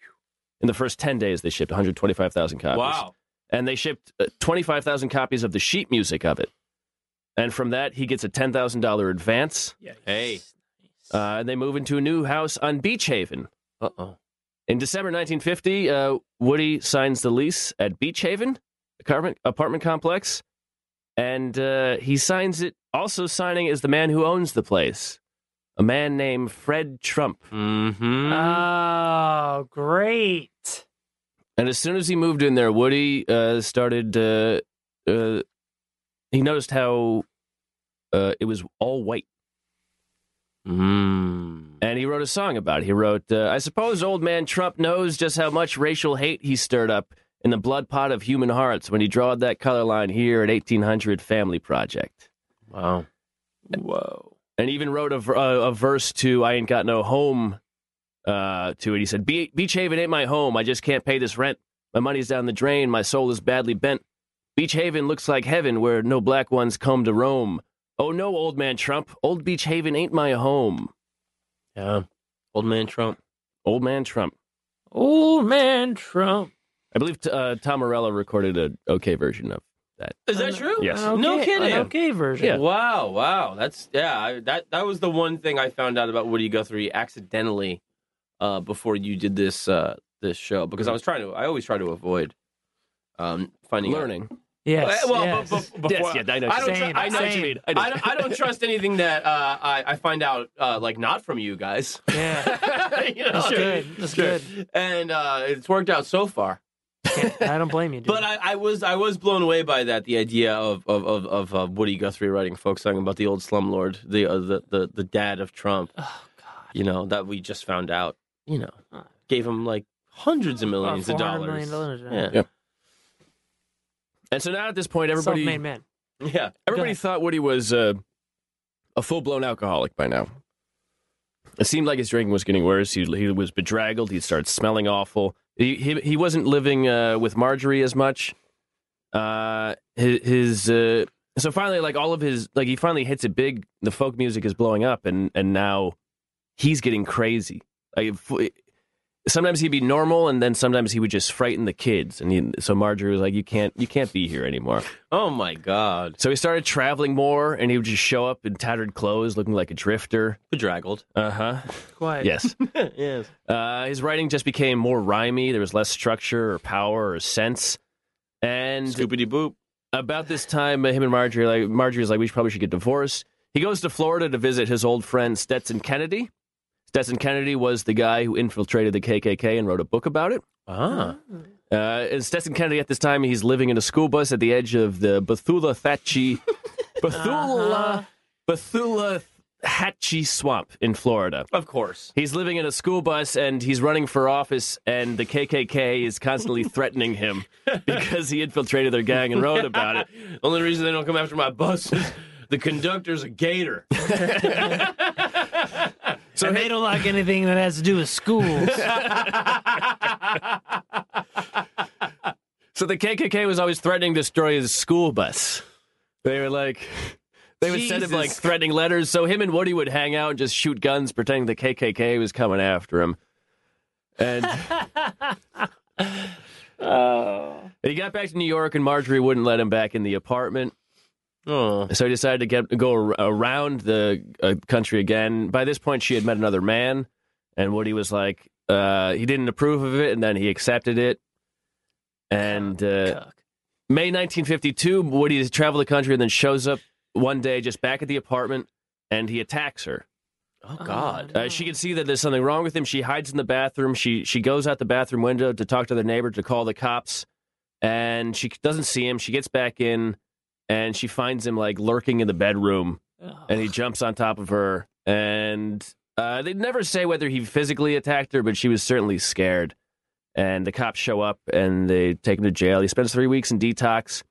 Speaker 4: In the first 10 days, they shipped 125,000 copies.
Speaker 2: Wow.
Speaker 4: And they shipped uh, 25,000 copies of the sheet music of it. And from that, he gets a $10,000 advance,
Speaker 2: Hey.
Speaker 4: uh, and they move into a new house on Beach Haven.
Speaker 2: Uh oh.
Speaker 4: In December 1950, uh, Woody signs the lease at Beach Haven apartment, apartment complex, and uh, he signs it. Also signing is the man who owns the place, a man named Fred Trump.
Speaker 2: Mm-hmm.
Speaker 3: Uh, Oh, great.
Speaker 4: And as soon as he moved in there, Woody uh, started. Uh, uh, he noticed how uh, it was all white,
Speaker 2: mm.
Speaker 4: and he wrote a song about it. He wrote, uh, "I suppose old man Trump knows just how much racial hate he stirred up in the blood pot of human hearts when he drawed that color line here at 1800 Family Project."
Speaker 2: Wow. Whoa.
Speaker 4: and even wrote a, ver- a, a verse to "I Ain't Got No Home" uh, to it. He said, Be- "Beach Haven ain't my home. I just can't pay this rent. My money's down the drain. My soul is badly bent. Beach Haven looks like heaven, where no black ones come to roam. Oh no, old man Trump. Old Beach Haven ain't my home.
Speaker 2: Yeah. Old man Trump.
Speaker 4: Old man Trump."
Speaker 3: Old man Trump.
Speaker 4: I believe t- uh, Tom Morello recorded an okay version of.
Speaker 2: Is
Speaker 3: An-
Speaker 2: that true?
Speaker 4: Yes.
Speaker 3: an
Speaker 2: No
Speaker 3: okay-
Speaker 2: kidding.
Speaker 3: An okay version.
Speaker 2: Wow, wow. That's yeah, I, that that was the one thing I found out about Woody Guthrie accidentally uh before you did this uh this show because I was trying to I always try to avoid um finding out-
Speaker 4: Learning.
Speaker 3: Yes.
Speaker 2: well,
Speaker 3: yes.
Speaker 2: b- b- before,
Speaker 4: Yes, yeah, I know.
Speaker 2: I don't,
Speaker 3: Same,
Speaker 2: tru- I know what you
Speaker 3: same.
Speaker 2: mean. I, don't, I don't trust anything that uh, I, I find out, uh, like, not from you guys.
Speaker 3: yeah.
Speaker 2: You know?
Speaker 3: That's good. That's
Speaker 2: Sure.
Speaker 3: good.
Speaker 2: And uh, it's worked out so far.
Speaker 3: I don't blame you, dude.
Speaker 2: But I, I was I was blown away by that the idea of of of, of uh, Woody Guthrie writing folk song about the old slumlord, the uh, the, the the dad of Trump.
Speaker 3: Oh,
Speaker 2: You know that we just found out. You know,
Speaker 3: Uh.
Speaker 2: gave him like hundreds of
Speaker 3: God.
Speaker 2: millions of
Speaker 3: $400
Speaker 2: dollars.
Speaker 3: Oh, million dollars.
Speaker 2: Yeah.
Speaker 4: Yeah. And so now at this point, everybody
Speaker 3: Self-made man.
Speaker 2: yeah,
Speaker 4: Everybody
Speaker 3: ahead.
Speaker 4: thought Woody was uh, a full blown alcoholic by now. It seemed like his drinking was getting worse. He, he was bedraggled. He started smelling awful. He he, he wasn't living uh, with Marjorie as much. Uh, his his uh, so finally, like all of his like he finally hits it big. The folk music is blowing up, and and now he's getting crazy. Like if- sometimes he'd be normal, and then sometimes he would just frighten the kids. And he, so Marjorie was like, "You can't you can't be here anymore."
Speaker 2: Oh my God,
Speaker 4: So he started traveling more, and he would just show up in tattered clothes, looking like a drifter.
Speaker 2: bedraggled.
Speaker 4: Uh huh.
Speaker 3: Quiet.
Speaker 4: Yes.
Speaker 2: yes.
Speaker 4: Uh, his writing just became more rhymey. There was less structure or power or sense. And
Speaker 2: Scoopity boop.
Speaker 4: about this time, uh, him and Marjorie, like Marjorie, was like, we should- probably should get divorced. He goes to Florida to visit his old friend Stetson Kennedy. Stetson Kennedy was the guy who infiltrated the KKK and wrote a book about it.
Speaker 2: Ah.
Speaker 4: Uh, and Stetson Kennedy at this time, he's living in a school bus at the edge of the Bethula Thatchy, Bethula, Bethula Hatchie Swamp in Florida.
Speaker 2: Of course.
Speaker 4: He's living in a school bus and he's running for office, and the KKK is constantly threatening him because he infiltrated their gang and wrote about it.
Speaker 2: Only reason they don't come after my bus is the conductor's a gator.
Speaker 3: So they don't like anything that has to do with schools.
Speaker 4: So the KKK was always threatening to destroy his school bus. They were like, they would send him like
Speaker 2: Jesus.
Speaker 4: threatening letters. So him and Woody would hang out and just shoot guns, pretending the KKK was coming after him. And he got back to New York, and Marjorie wouldn't let him back in the apartment.
Speaker 2: Oh.
Speaker 4: So he decided to get go ar- around the uh, country again. By this point, she had met another man, and Woody was like, uh, he didn't approve of it, and then he accepted it. And uh,
Speaker 3: Cuck.
Speaker 4: May 1952, Woody has traveled the country and then shows up one day just back at the apartment, and he attacks her.
Speaker 2: Oh God.
Speaker 4: Uh, she can see that there's something wrong with him. She hides in the bathroom. She she goes out the bathroom window to talk to the neighbor to call the cops, and she doesn't see him. She gets back in, and she finds him like lurking in the bedroom, and he jumps on top of her. And uh, they never say whether he physically attacked her, but she was certainly scared. And the cops show up and they take him to jail. He spends three weeks in detox.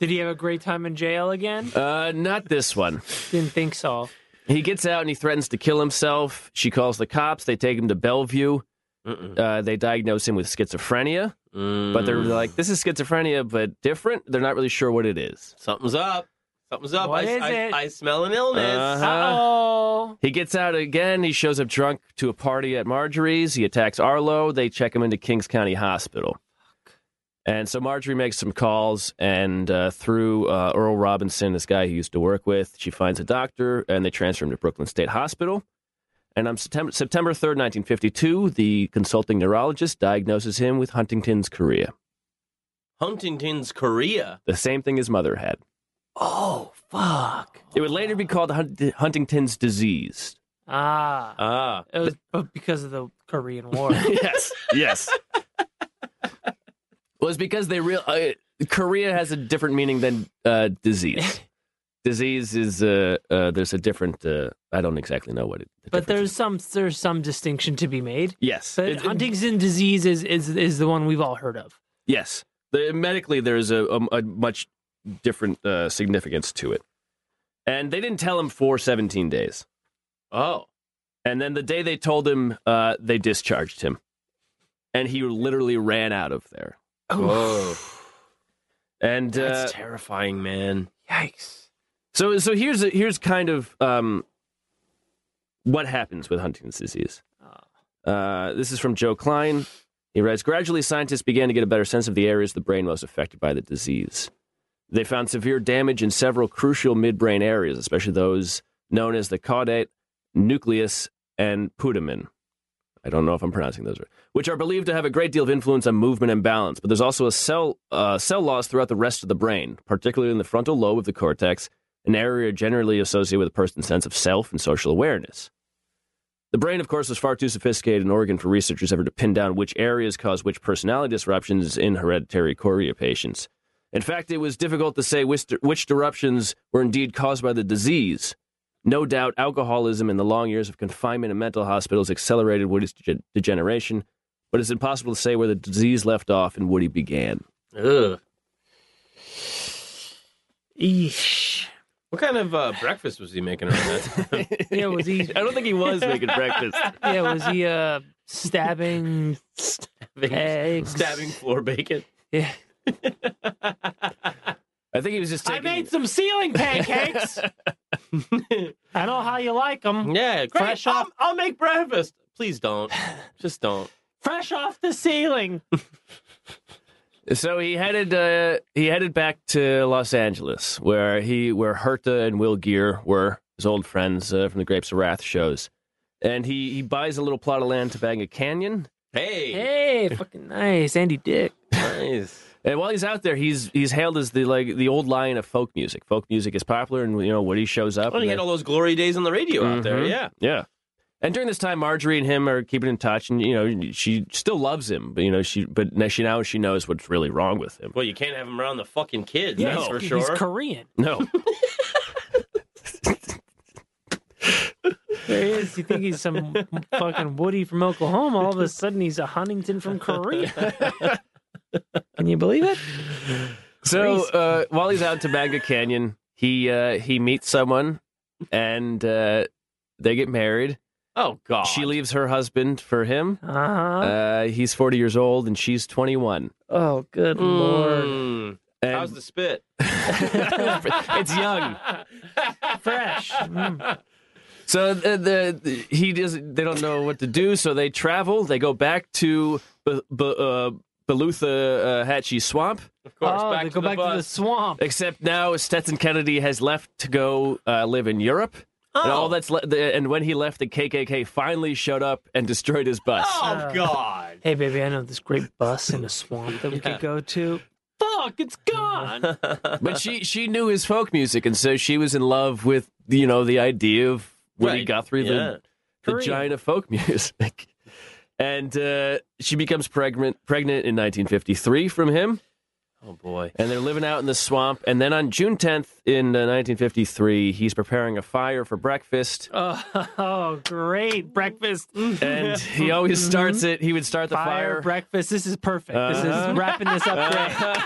Speaker 3: Did he have a great time in jail again?
Speaker 4: Uh, not this one.
Speaker 3: Didn't think so.
Speaker 4: He gets out and he threatens to kill himself. She calls the cops. They take him to Bellevue.
Speaker 2: Mm-mm.
Speaker 4: uh, they diagnose him with schizophrenia,
Speaker 2: Mm.
Speaker 4: but they're like, this is schizophrenia, but different. They're not really sure what it is.
Speaker 2: something's up. Something's up.
Speaker 3: What
Speaker 2: I,
Speaker 3: is
Speaker 2: I,
Speaker 3: it?
Speaker 2: I smell an illness.
Speaker 4: Uh-huh.
Speaker 3: Oh,
Speaker 4: He gets out again. He shows up drunk to a party at Marjorie's. He attacks Arlo. They check him into Kings County Hospital. And so Marjorie makes some calls, and uh, through uh, Earl Robinson, this guy he used to work with, she finds a doctor, and they transfer him to Brooklyn State Hospital. And on September, September 3rd, 1952, the consulting neurologist diagnoses him with Huntington's chorea,
Speaker 2: Huntington's Korea.
Speaker 4: the same thing his mother had.
Speaker 3: Oh, fuck.
Speaker 4: It would later be called Hunt- Huntington's disease.
Speaker 2: Uh,
Speaker 3: Ah.
Speaker 4: Ah,
Speaker 3: It was but because of the Korean War.
Speaker 4: yes, yes. was because they real uh, Korea has a different meaning than uh, disease. disease is uh, uh, there's a different. Uh, I don't exactly know what it. the
Speaker 3: but
Speaker 4: difference
Speaker 3: there's some there's some distinction to be made.
Speaker 4: is. yes,
Speaker 3: But
Speaker 4: It- it-
Speaker 3: Huntington disease is, is is the one we've all heard of.
Speaker 4: yes. The, medically, there's a, a, a much different uh, significance to it, and they didn't tell him for 17 days.
Speaker 2: Oh,
Speaker 4: And then the day they told him, uh, they discharged him. And he literally ran out of there.
Speaker 2: Whoa.
Speaker 4: And uh,
Speaker 2: that's terrifying, man.
Speaker 3: Yikes.
Speaker 4: so, so here's here's kind of um, what happens with Huntington's disease. Uh, this is from Joe Klein. He writes Gradually, scientists began to get a better sense of the areas of the brain most affected by the disease. They found severe damage in several crucial midbrain areas, especially those known as the caudate, nucleus, and putamen. I don't know if I'm pronouncing those right, which are believed to have a great deal of influence on movement and balance. But there's also a cell uh, cell loss throughout the rest of the brain, particularly in the frontal lobe of the cortex, an area generally associated with a person's sense of self and social awareness. The brain, of course, was far too sophisticated an organ for researchers ever to pin down which areas cause which personality disruptions in hereditary chorea patients. In fact, it was difficult to say which, which disruptions were indeed caused by the disease. No doubt, alcoholism and the long years of confinement in mental hospitals accelerated Woody's dege- degeneration, but it's impossible to say where the disease left off and Woody began.
Speaker 2: Ugh.
Speaker 3: Eesh.
Speaker 2: What kind of uh, breakfast was he making around that time?
Speaker 3: Yeah, was he
Speaker 4: I don't think he was making breakfast.
Speaker 3: yeah, was he uh stabbing eggs?
Speaker 2: Stabbing floor bacon.
Speaker 3: Yeah.
Speaker 4: I think he was just
Speaker 3: I
Speaker 4: taking.
Speaker 3: made some ceiling pancakes. I know how you like them.
Speaker 2: Yeah, great.
Speaker 3: Fresh
Speaker 2: I'll,
Speaker 3: off-
Speaker 2: I'll make breakfast. Please don't. Just don't.
Speaker 3: Fresh off the ceiling.
Speaker 4: So he headed uh, he headed back to Los Angeles, where he where Herta and Will Gear were his old friends uh, from the Grapes of Wrath shows, and he he buys a little plot of land to bang a canyon.
Speaker 2: Hey.
Speaker 3: Hey, fucking nice. Andy Dick.
Speaker 2: Nice.
Speaker 4: And while he's out there, he's he's hailed as the like the old lion of folk music. Folk music is popular, and you know Woody shows up.
Speaker 2: Well, he
Speaker 4: and
Speaker 2: had
Speaker 4: then-
Speaker 2: all those glory days on the radio out there.
Speaker 4: Mhm.
Speaker 2: Yeah.
Speaker 4: yeah. And during this time, Marjorie and him are keeping in touch, and you know she still loves him, but you know she but now she now she knows what's really wrong with him.
Speaker 2: Well, you can't have him around the fucking kids.
Speaker 4: Yeah,
Speaker 2: that's for
Speaker 3: He's
Speaker 2: sure.
Speaker 3: Korean.
Speaker 4: No.
Speaker 3: There he is. You think he's some fucking Woody from Oklahoma. All of a sudden, he's a Huntington from Korea. Can you believe it?
Speaker 4: So uh, while he's out in Tobacco Canyon, he uh, he meets someone, and uh, they get married.
Speaker 2: Oh God.
Speaker 4: She leaves her husband for him.
Speaker 3: Uh-huh.
Speaker 4: Uh, he's forty years old, and she's twenty one.
Speaker 3: Oh, good lord.
Speaker 2: Mm. Hmm. How's the spit?
Speaker 4: it's young.
Speaker 3: Fresh. Mm.
Speaker 4: So the, the, the- he doesn't. They don't know what to do. So they travel. They go back to B- B- uh, Belutha uh, Hatchie Swamp.
Speaker 2: Of course.
Speaker 3: oh,
Speaker 2: back
Speaker 3: they
Speaker 2: to
Speaker 3: go
Speaker 2: the
Speaker 3: back
Speaker 2: bus.
Speaker 3: to the swamp.
Speaker 4: Except now Stetson Kennedy has left to go uh, live in Europe. And
Speaker 2: Oh.
Speaker 4: all that's le- the, and when he left, the KKK finally showed up and destroyed his bus.
Speaker 2: Oh God.
Speaker 3: Hey, baby, I know this great bus in a swamp that we could go to. Fuck, it's gone.
Speaker 4: But she she knew his folk music, and so she was in love with you know the idea of Woody
Speaker 2: Right.
Speaker 4: Guthrie,
Speaker 2: Yeah.
Speaker 4: the, the
Speaker 3: Korean.
Speaker 4: giant of folk music. And uh, she becomes pregnant pregnant in 1953 from him,
Speaker 2: Oh boy.
Speaker 4: and they're living out in the swamp. And then on June 10th in uh, 1953, he's preparing a fire for breakfast,
Speaker 3: oh, great breakfast.
Speaker 4: and he always starts it. He would start the
Speaker 3: Mm-hmm. Fire,
Speaker 4: fire.
Speaker 3: breakfast. This is perfect. This
Speaker 4: Uh-huh.
Speaker 3: is wrapping this up great.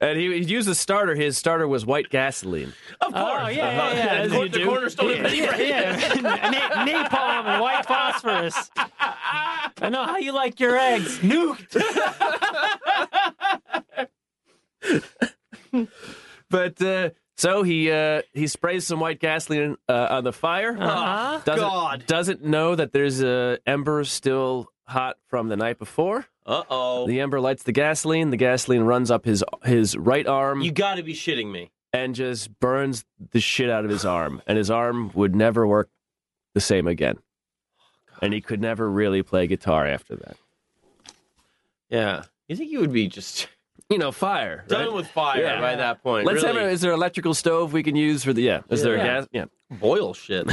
Speaker 4: and he, he used a starter. His starter was white gasoline.
Speaker 2: Of course.
Speaker 3: Oh, yeah, yeah, yeah.
Speaker 2: The
Speaker 3: As
Speaker 2: cor-
Speaker 4: you
Speaker 2: the
Speaker 4: do.
Speaker 2: cornerstone of any brand.
Speaker 3: yeah, Na- napalm and white phosphorus. I know how you like your eggs nuked.
Speaker 4: But uh, so he uh, he sprays some white gasoline uh, on the fire.
Speaker 3: Uh-huh.
Speaker 4: Doesn't,
Speaker 2: God.
Speaker 4: doesn't know that there's a ember still hot from the night before.
Speaker 2: Uh oh.
Speaker 4: The ember lights the gasoline. The gasoline runs up his his right arm
Speaker 2: You got to be shitting me.
Speaker 4: and just burns the shit out of his arm. And his arm would never work the same again. And he could never really play guitar after that.
Speaker 2: Yeah. You think you would be just
Speaker 4: you know, fire.
Speaker 2: Done
Speaker 4: right?
Speaker 2: with fire
Speaker 4: Yeah.
Speaker 2: by that point.
Speaker 4: Let's
Speaker 2: really.
Speaker 4: have. A, is there an electrical stove we can use for the? Yeah. Is there a
Speaker 2: Yeah.
Speaker 4: gas? Yeah.
Speaker 2: boil shit.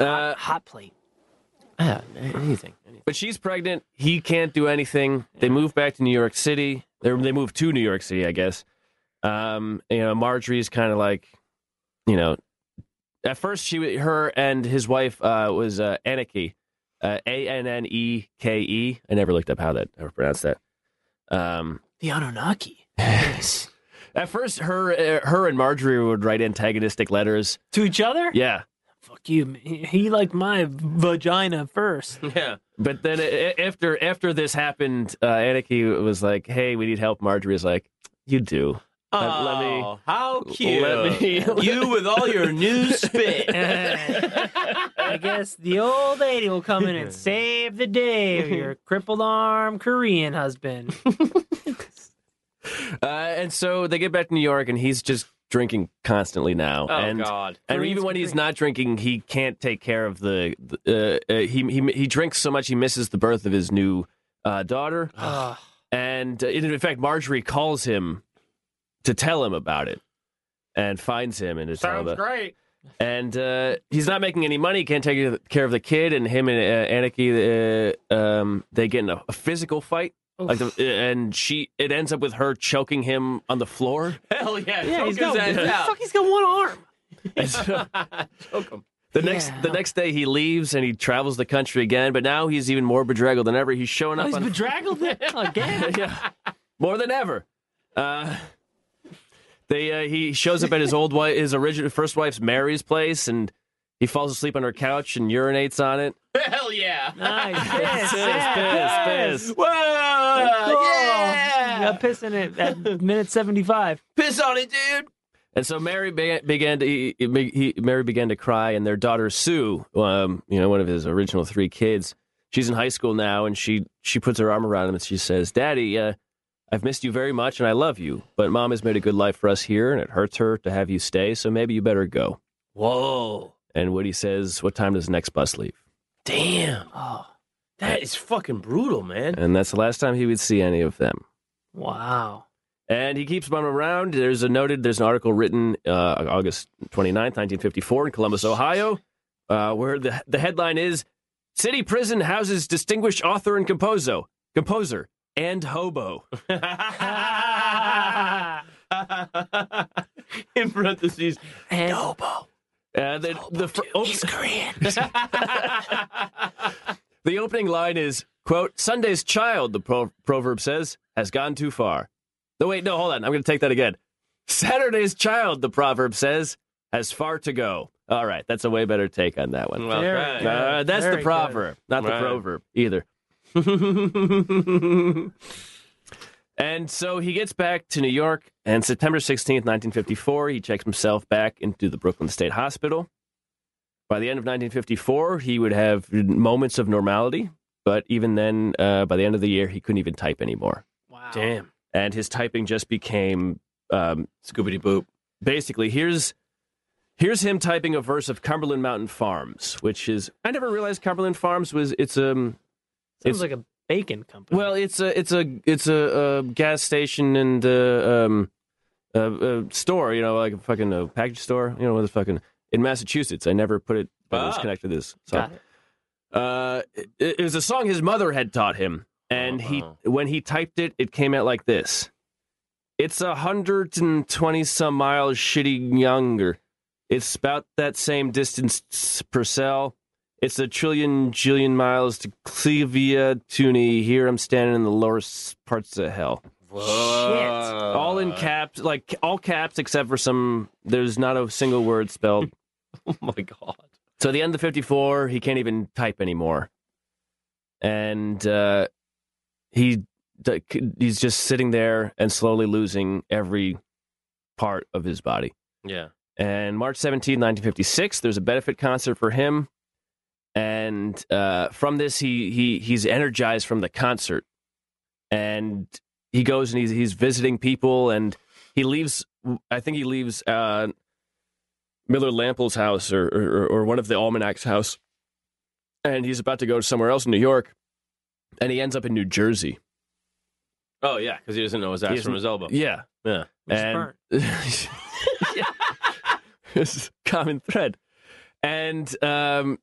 Speaker 4: Uh,
Speaker 3: Hot plate.
Speaker 4: Yeah, anything, anything. But she's pregnant. He can't do anything. They move back to New York City. They they move to New York City, I guess. Um, you know, Marjorie's kind of like, you know, at first she, wa- her and his wife uh, was uh, Anarchy, uh, A N N E K E. I never looked up how that ever pronounced that. Um,
Speaker 3: The Anunnaki. Yes.
Speaker 4: at first, her uh, her and Marjorie would write antagonistic letters.
Speaker 3: to each other?
Speaker 4: Yeah,
Speaker 3: Fuck you. He he liked my vagina first.
Speaker 2: yeah.
Speaker 4: But then a- a- after after this happened, uh, Anarchy was like, "Hey, we need help." Marjorie was like, "You do." Let- let me-
Speaker 2: Oh, how cute.
Speaker 4: let me-
Speaker 2: you with all your new spit.
Speaker 3: I guess the old lady will come in and save the day of your crippled arm Korean husband.
Speaker 4: Uh, and so they get back to New York, and he's just drinking constantly now.
Speaker 2: Oh
Speaker 4: and
Speaker 2: God.
Speaker 4: and
Speaker 3: Koreans
Speaker 4: even when
Speaker 3: can
Speaker 4: he's
Speaker 3: drink.
Speaker 4: not drinking, he can't take care of the. the uh, uh, he he he drinks so much he misses the birth of his new uh, daughter.
Speaker 3: Ugh.
Speaker 4: And uh, in fact, Marjorie calls him to tell him about it, and finds him and to tell him. that-
Speaker 2: great.
Speaker 4: and uh, he's not making any money. Can't take care of the kid, and him and uh, Anarchy, uh, um, they get in a, a physical fight. Like, the, and she, it ends up with her choking him on the floor.
Speaker 2: Hell yeah.
Speaker 3: yeah,
Speaker 2: choke
Speaker 3: he's got,
Speaker 2: his ass
Speaker 3: fuck, he's got one arm.
Speaker 4: And so
Speaker 2: out. Choke him.
Speaker 4: the next, the
Speaker 3: Yeah.
Speaker 4: next day, he leaves and he travels the country again. But now he's even more bedraggled than ever. He's showing
Speaker 3: Oh,
Speaker 4: up
Speaker 3: he's
Speaker 4: on
Speaker 3: bedraggled again.
Speaker 4: yeah, more than ever. Uh, they uh, he shows up at his old wife, his original first wife's Mary's place, and he falls asleep on her couch and urinates on it.
Speaker 2: Hell yeah.
Speaker 3: Nice.
Speaker 4: Piss,
Speaker 3: Piss,
Speaker 4: piss, piss.
Speaker 2: Whoa.
Speaker 3: You
Speaker 2: Yeah.
Speaker 3: got pissing it at minute 75.
Speaker 2: Piss on it, dude.
Speaker 4: And so Mary be- began to he, he, Mary began to cry, and their daughter Sue, um, you know, one of his original three kids, she's in high school now, and she she puts her arm around him and she says, "Daddy, uh, I've missed you very much, and I love you, but Mom has made a good life for us here, and it hurts her to have you stay, so maybe you better go."
Speaker 2: Whoa.
Speaker 4: And Woody says, "What time does the next bus leave?"
Speaker 2: Damn.
Speaker 3: Oh,
Speaker 2: That is fucking brutal, man.
Speaker 4: And that's the last time he would see any of them.
Speaker 3: wow.
Speaker 4: And he keeps them around. There's a noted, there's an article written uh, August 29th, 1954, in Columbus, Ohio, uh, where the, the headline is City Prison Houses Distinguished Author and Composer, Composer and Hobo.
Speaker 2: In parentheses.
Speaker 3: And
Speaker 4: Uh, the, the, fir- op-
Speaker 3: Korean.
Speaker 4: the opening line is, quote, Sunday's child, the pro- proverb says, has gone too far. No, wait, no, hold on. I'm going to take that again. Saturday's child, the proverb says, has far to go. All right, that's a way better take on that one.
Speaker 2: Well,
Speaker 3: There
Speaker 2: right.
Speaker 3: we go.
Speaker 4: Uh, that's
Speaker 3: Very
Speaker 4: the
Speaker 3: good.
Speaker 4: proverb, not
Speaker 2: Right.
Speaker 4: the proverb either. And so he gets back to New York, and September 16th, 1954, he checks himself back into the Brooklyn State Hospital. By the end of 1954, he would have moments of normality, but even then, uh, by the end of the year, he couldn't even type anymore.
Speaker 3: Wow.
Speaker 2: Damn.
Speaker 4: And his typing just became um,
Speaker 2: Scoobity boop.
Speaker 4: basically here's here's him typing a verse of Cumberland Mountain Farms, which is I never realized Cumberland Farms was it's um
Speaker 3: Sounds
Speaker 4: It's-
Speaker 3: like a bacon company.
Speaker 4: well it's a it's a it's a, uh gas station and uh, um uh uh store you know like a fucking uh, package store you know with a fucking in Massachusetts I never put it but it was
Speaker 2: Ah.
Speaker 4: connected to this so
Speaker 3: got it.
Speaker 4: uh it, it was a song his mother had taught him and
Speaker 2: Oh,
Speaker 4: he
Speaker 2: wow.
Speaker 4: when he typed it it came out like this it's a hundred and twenty some miles shitty younger it's about that same distance s- Purcell. It's a trillion jillion miles to Clevia Tuni. Here I'm standing in the lower s- parts of hell.
Speaker 2: Whoa.
Speaker 4: all in caps, like all caps except for some. There's not a single word spelled.
Speaker 2: Oh my god.
Speaker 4: So at the end of 54, he can't even type anymore. And uh, he d- he's just sitting there and slowly losing every part of his body.
Speaker 2: Yeah.
Speaker 4: And March 17, 1956, there's a benefit concert for him. And uh, from this, he, he he's energized from the concert. And he goes and he's, he's visiting people and he leaves, I think he leaves uh, Miller Lample's house or, or, or one of the Almanac's house. And he's about to go somewhere else in New York. and he ends up in New Jersey.
Speaker 2: Oh yeah, because he doesn't know his ass
Speaker 4: doesn't-
Speaker 2: from his elbow.
Speaker 4: Yeah, yeah,
Speaker 3: Which is
Speaker 4: and
Speaker 3: burnt.
Speaker 4: Yeah. it's a common thread. And um,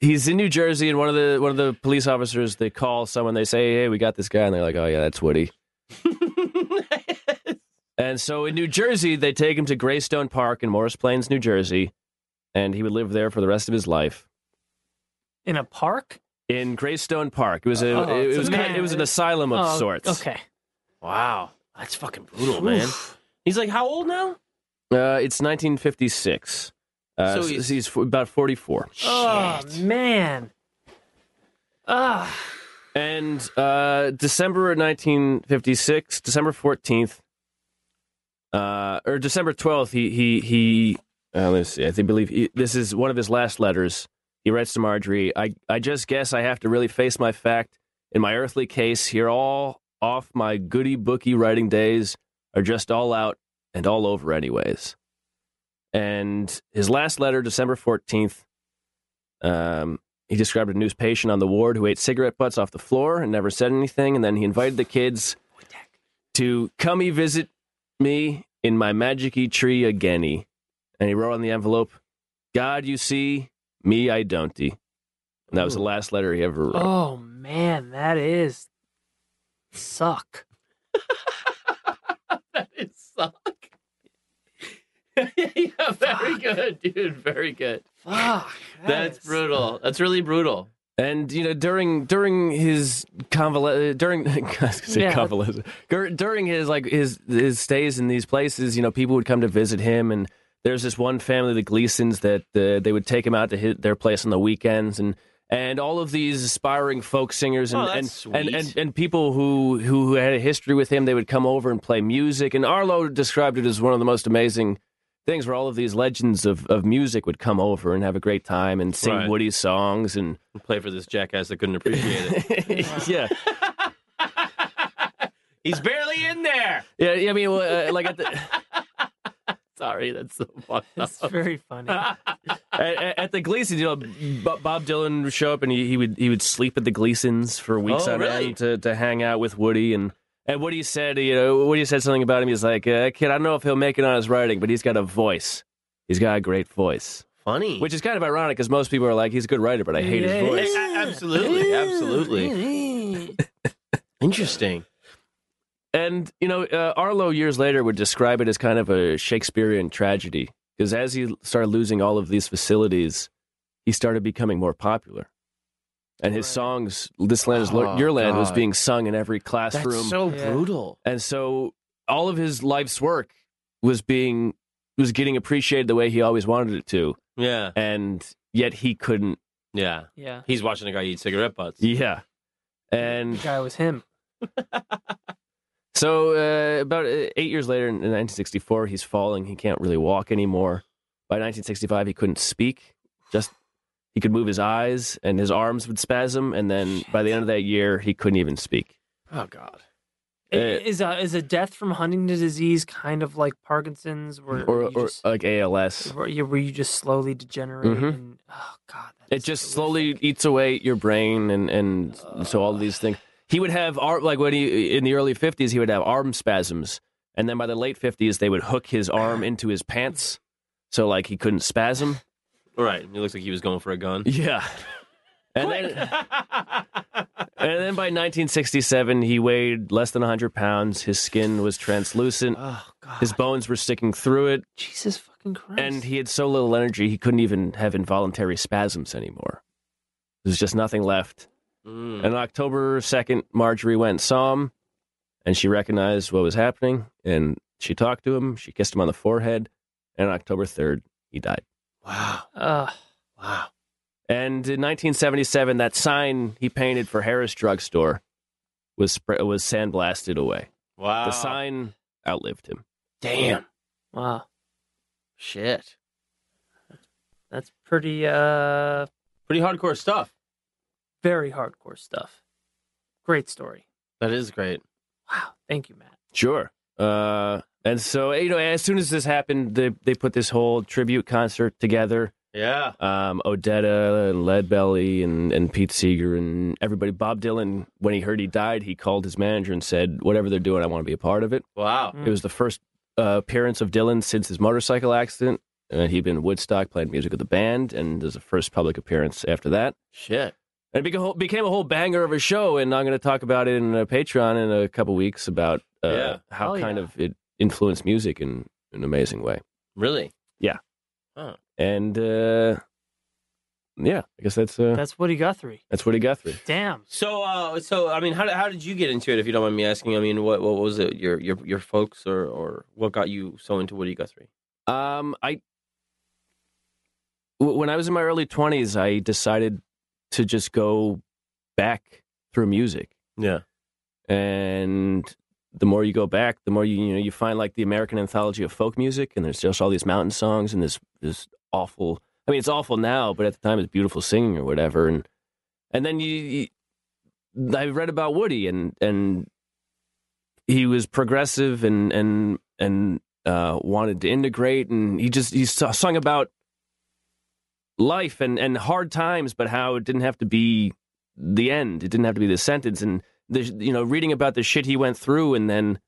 Speaker 4: he's in New Jersey, and one of the one of the police officers they call someone. They say, "Hey, we got this guy," and they're like, "Oh yeah, that's Woody." And so in New Jersey, they take him to Greystone Park in Morris Plains, New Jersey, and he would live there for the rest of his life.
Speaker 3: in a park.
Speaker 4: In Greystone Park, it was a
Speaker 3: Oh,
Speaker 4: it,
Speaker 3: so
Speaker 4: was
Speaker 3: it's
Speaker 4: kind of-
Speaker 3: kinda-
Speaker 4: it was an asylum of
Speaker 3: Oh,
Speaker 4: sorts.
Speaker 3: Okay.
Speaker 2: Wow, that's fucking brutal, man. He's like, how old now?
Speaker 4: Uh, it's 1956. Uh,
Speaker 2: So
Speaker 4: so
Speaker 2: he's-
Speaker 4: he's, f- about 44.
Speaker 3: Oh man. Ah,
Speaker 4: And uh, December 1956, December 14th, uh, or December 12th, he he he. Uh, let's see. I think believe he, this is one of his last letters. He writes to Marjorie. I I just guess I have to really face my fact. In my earthly case, here all off my goody bookie writing days are just all out and all over, anyways. And his last letter, December 14th, um, he described a news patient on the ward who ate cigarette butts off the floor and never said anything. And then he invited the kids to come y visit me in my magic y tree again. And he wrote on the envelope, God you see, me I don't And that was the last letter he ever wrote.
Speaker 3: oh man, that is suck.
Speaker 2: That is suck. yeah, very good, dude. Very good.
Speaker 3: Fuck. that
Speaker 2: That's
Speaker 3: is-
Speaker 2: brutal. That's really brutal.
Speaker 4: And you know, during during his convalescence, during I was gonna say
Speaker 3: Yeah.
Speaker 4: convalescence, Dur- during his like his his stays in these places, you know, people would come to visit him, and there's this one family, the Gleasons, that uh, they would take him out to hit their place on the weekends, and and all of these aspiring folk singers and
Speaker 2: Oh, that's
Speaker 4: and,
Speaker 2: sweet.
Speaker 4: and and and people who who who had a history with him, they would come over and play music, and Arlo described it as one of the most amazing things where all of these legends of, of music would come over and have a great time and sing
Speaker 2: Right.
Speaker 4: Woody's songs and
Speaker 2: Play for this jackass that couldn't appreciate it.
Speaker 4: yeah.
Speaker 2: He's barely in there.
Speaker 4: Yeah, yeah, I mean, well, uh, like at, the,
Speaker 2: Sorry, that's so fucked up.
Speaker 3: That's very funny.
Speaker 4: at, at- at the Gleason, you know, Bo- Bob Dylan would show up and he, he would he would sleep at the Gleasons for weeks
Speaker 2: Oh,
Speaker 4: on
Speaker 2: really?
Speaker 4: end to, to hang out with Woody and and Woody said, you know, Woody said something about him. He's like, uh, kid, I don't know if he'll make it on his writing, but he's got a voice. He's got a great voice,
Speaker 2: Funny.
Speaker 4: which is kind of ironic because most people are like, he's a good writer, but I hate
Speaker 3: Yeah.
Speaker 4: his voice.
Speaker 2: absolutely, absolutely. Interesting.
Speaker 4: And you know, uh, Arlo years later would describe it as kind of a Shakespearean tragedy because as he started losing all of these facilities, he started becoming more popular, and his
Speaker 3: Right.
Speaker 4: songs "This Land Is Lo-
Speaker 2: Oh,
Speaker 4: Your Land" was
Speaker 2: God.
Speaker 4: being sung in every classroom,
Speaker 2: so
Speaker 3: Yeah.
Speaker 2: brutal.
Speaker 4: and so all of his life's work was being was getting appreciated the way he always wanted it to,
Speaker 2: Yeah,
Speaker 4: and yet he couldn't.
Speaker 2: yeah.
Speaker 3: Yeah.
Speaker 2: He's watching a guy eat cigarette butts.
Speaker 4: Yeah, and
Speaker 3: The guy was him.
Speaker 4: So uh, about uh, eight years later, in 1964, he's falling. He can't really walk anymore. By 1965, he couldn't speak. Just he could move his eyes, and his arms would spasm. And then by the end of that year, he couldn't even speak.
Speaker 2: Oh God.
Speaker 3: I-
Speaker 4: Uh,
Speaker 3: is a is a death from Huntington's disease kind of like Parkinson's, where
Speaker 4: Or,
Speaker 3: you
Speaker 4: or
Speaker 3: just,
Speaker 4: like ALS,
Speaker 3: where, you, where you just slowly degenerate?
Speaker 4: Mhm.
Speaker 3: And, oh god, that
Speaker 4: it
Speaker 3: is
Speaker 4: just
Speaker 3: horrific.
Speaker 4: slowly eats away at your brain, and and so all these things. He would have arm like when he in the early 50s, he would have arm spasms, and then by the late 50s, they would hook his arm into his pants, so like he couldn't spasm.
Speaker 2: All right. He looks like he was going for a gun.
Speaker 4: Yeah. And then, and then by 1967, he weighed less than 100 pounds. His skin was translucent.
Speaker 3: Oh god,
Speaker 4: His bones were sticking through it.
Speaker 3: Jesus fucking Christ!
Speaker 4: And he had so little energy, he couldn't even have involuntary spasms anymore. There's just nothing left.
Speaker 2: Mm.
Speaker 4: And on October 2nd, Marjorie went and saw him, and she recognized what was happening. And she talked to him. She kissed him on the forehead. And on October 3rd, he died.
Speaker 2: Wow.
Speaker 3: uh,
Speaker 2: Wow.
Speaker 4: And in 1977, that sign he painted for Harris Drug Store was spra- was sandblasted away.
Speaker 2: Wow.
Speaker 4: The sign outlived him.
Speaker 2: Damn.
Speaker 3: wow,
Speaker 2: Shit.
Speaker 3: that's pretty uh
Speaker 2: Pretty hardcore stuff.
Speaker 3: very hardcore stuff. Great story.
Speaker 2: That is great.
Speaker 3: Wow, thank you, Matt.
Speaker 4: Sure. Uh, and so you know, as soon as this happened, they they put this whole tribute concert together
Speaker 2: Yeah.
Speaker 4: um, Odetta and Leadbelly and, and Pete Seeger and everybody. Bob Dylan, when he heard he died, he called his manager and said, "Whatever they're doing, I want to be a part of it."
Speaker 2: Wow.
Speaker 4: It was the first uh, appearance of Dylan since his motorcycle accident. Uh, he'd been in Woodstock playing music with the band, and there's a first public appearance after that.
Speaker 2: Shit.
Speaker 4: And it beca- whole- became a whole banger of a show, and I'm going to talk about it in a Patreon in a couple weeks about uh,
Speaker 2: Yeah.
Speaker 4: how
Speaker 3: Hell
Speaker 4: kind
Speaker 3: yeah.
Speaker 4: of it influenced music in an amazing way.
Speaker 2: Really?
Speaker 4: And uh, yeah, I guess that's uh,
Speaker 3: That's Woody Guthrie.
Speaker 4: that's Woody Guthrie.
Speaker 3: Damn.
Speaker 2: So, uh, so I mean, how, did- how did you get into it? If you don't mind me asking, I mean, what what was it? Your your your folks, or or what got you so into Woody Guthrie?
Speaker 4: Um, I w- when I was in my early twenties, I decided to just go back through music,
Speaker 2: Yeah.
Speaker 4: and the more you go back, the more you you know you find like the American anthology of folk music, and there's just all these mountain songs and this this awful. I mean, it's awful now, but at the time, it's beautiful singing or whatever, and and then you, you I read about Woody and and he was progressive and and and uh, wanted to integrate, and he just he su- sung about life and and hard times, but how it didn't have to be the end. It didn't have to be the sentence, and the, you know reading about the shit he went through, and then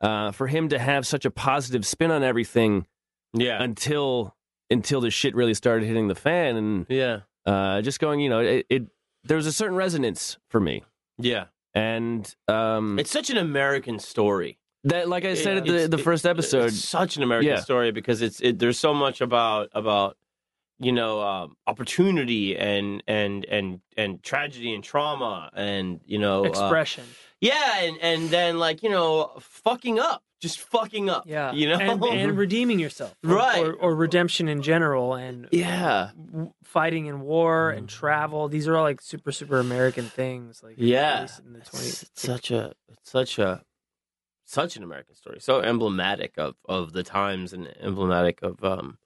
Speaker 4: uh, for him to have such a positive spin on everything
Speaker 2: Yeah.
Speaker 4: until until the shit really started hitting the fan, and
Speaker 2: yeah.
Speaker 4: uh, just going, you know, it, it there was a certain resonance for me,
Speaker 2: Yeah.
Speaker 4: and um,
Speaker 2: It's such an American story.
Speaker 4: that like I said at
Speaker 2: It's-
Speaker 4: the, the
Speaker 2: it-
Speaker 4: first episode.
Speaker 2: It's such an American
Speaker 4: Yeah.
Speaker 2: story because it's it, there's so much about about you know um, opportunity and and and and tragedy and trauma and you know uh,
Speaker 3: Expression.
Speaker 2: yeah, and and then like you know fucking up, just fucking up.
Speaker 3: yeah.
Speaker 2: You know.
Speaker 3: And, and redeeming yourself. Or-
Speaker 2: Right.
Speaker 3: Or, or redemption in general and
Speaker 2: yeah.
Speaker 3: w- fighting in
Speaker 4: Mm.
Speaker 3: war and travel. These are all like super, super American things. Like,
Speaker 2: Yeah.
Speaker 3: at least In the 20s.
Speaker 2: It's such a it's such a such an American story, so emblematic of of the times and emblematic of um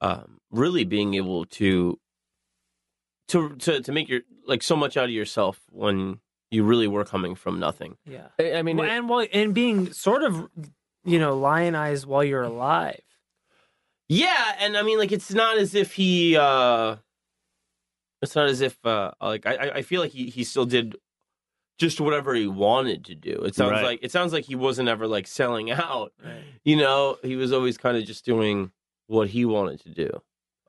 Speaker 2: um really being able to to to to make your like so much out of yourself when you really were coming from nothing.
Speaker 3: Yeah.
Speaker 4: I I mean,
Speaker 3: Well,
Speaker 4: it-
Speaker 3: and while, and being sort of, you know, lionized while you're alive.
Speaker 2: Yeah, and I mean like it's not as if he uh it's not as if uh like I I- I feel like he he still did just whatever he wanted to do. It sounds
Speaker 4: Right.
Speaker 2: like it sounds like he wasn't ever like selling out.
Speaker 3: Right.
Speaker 2: you know, he was always kind of just doing what he wanted to do,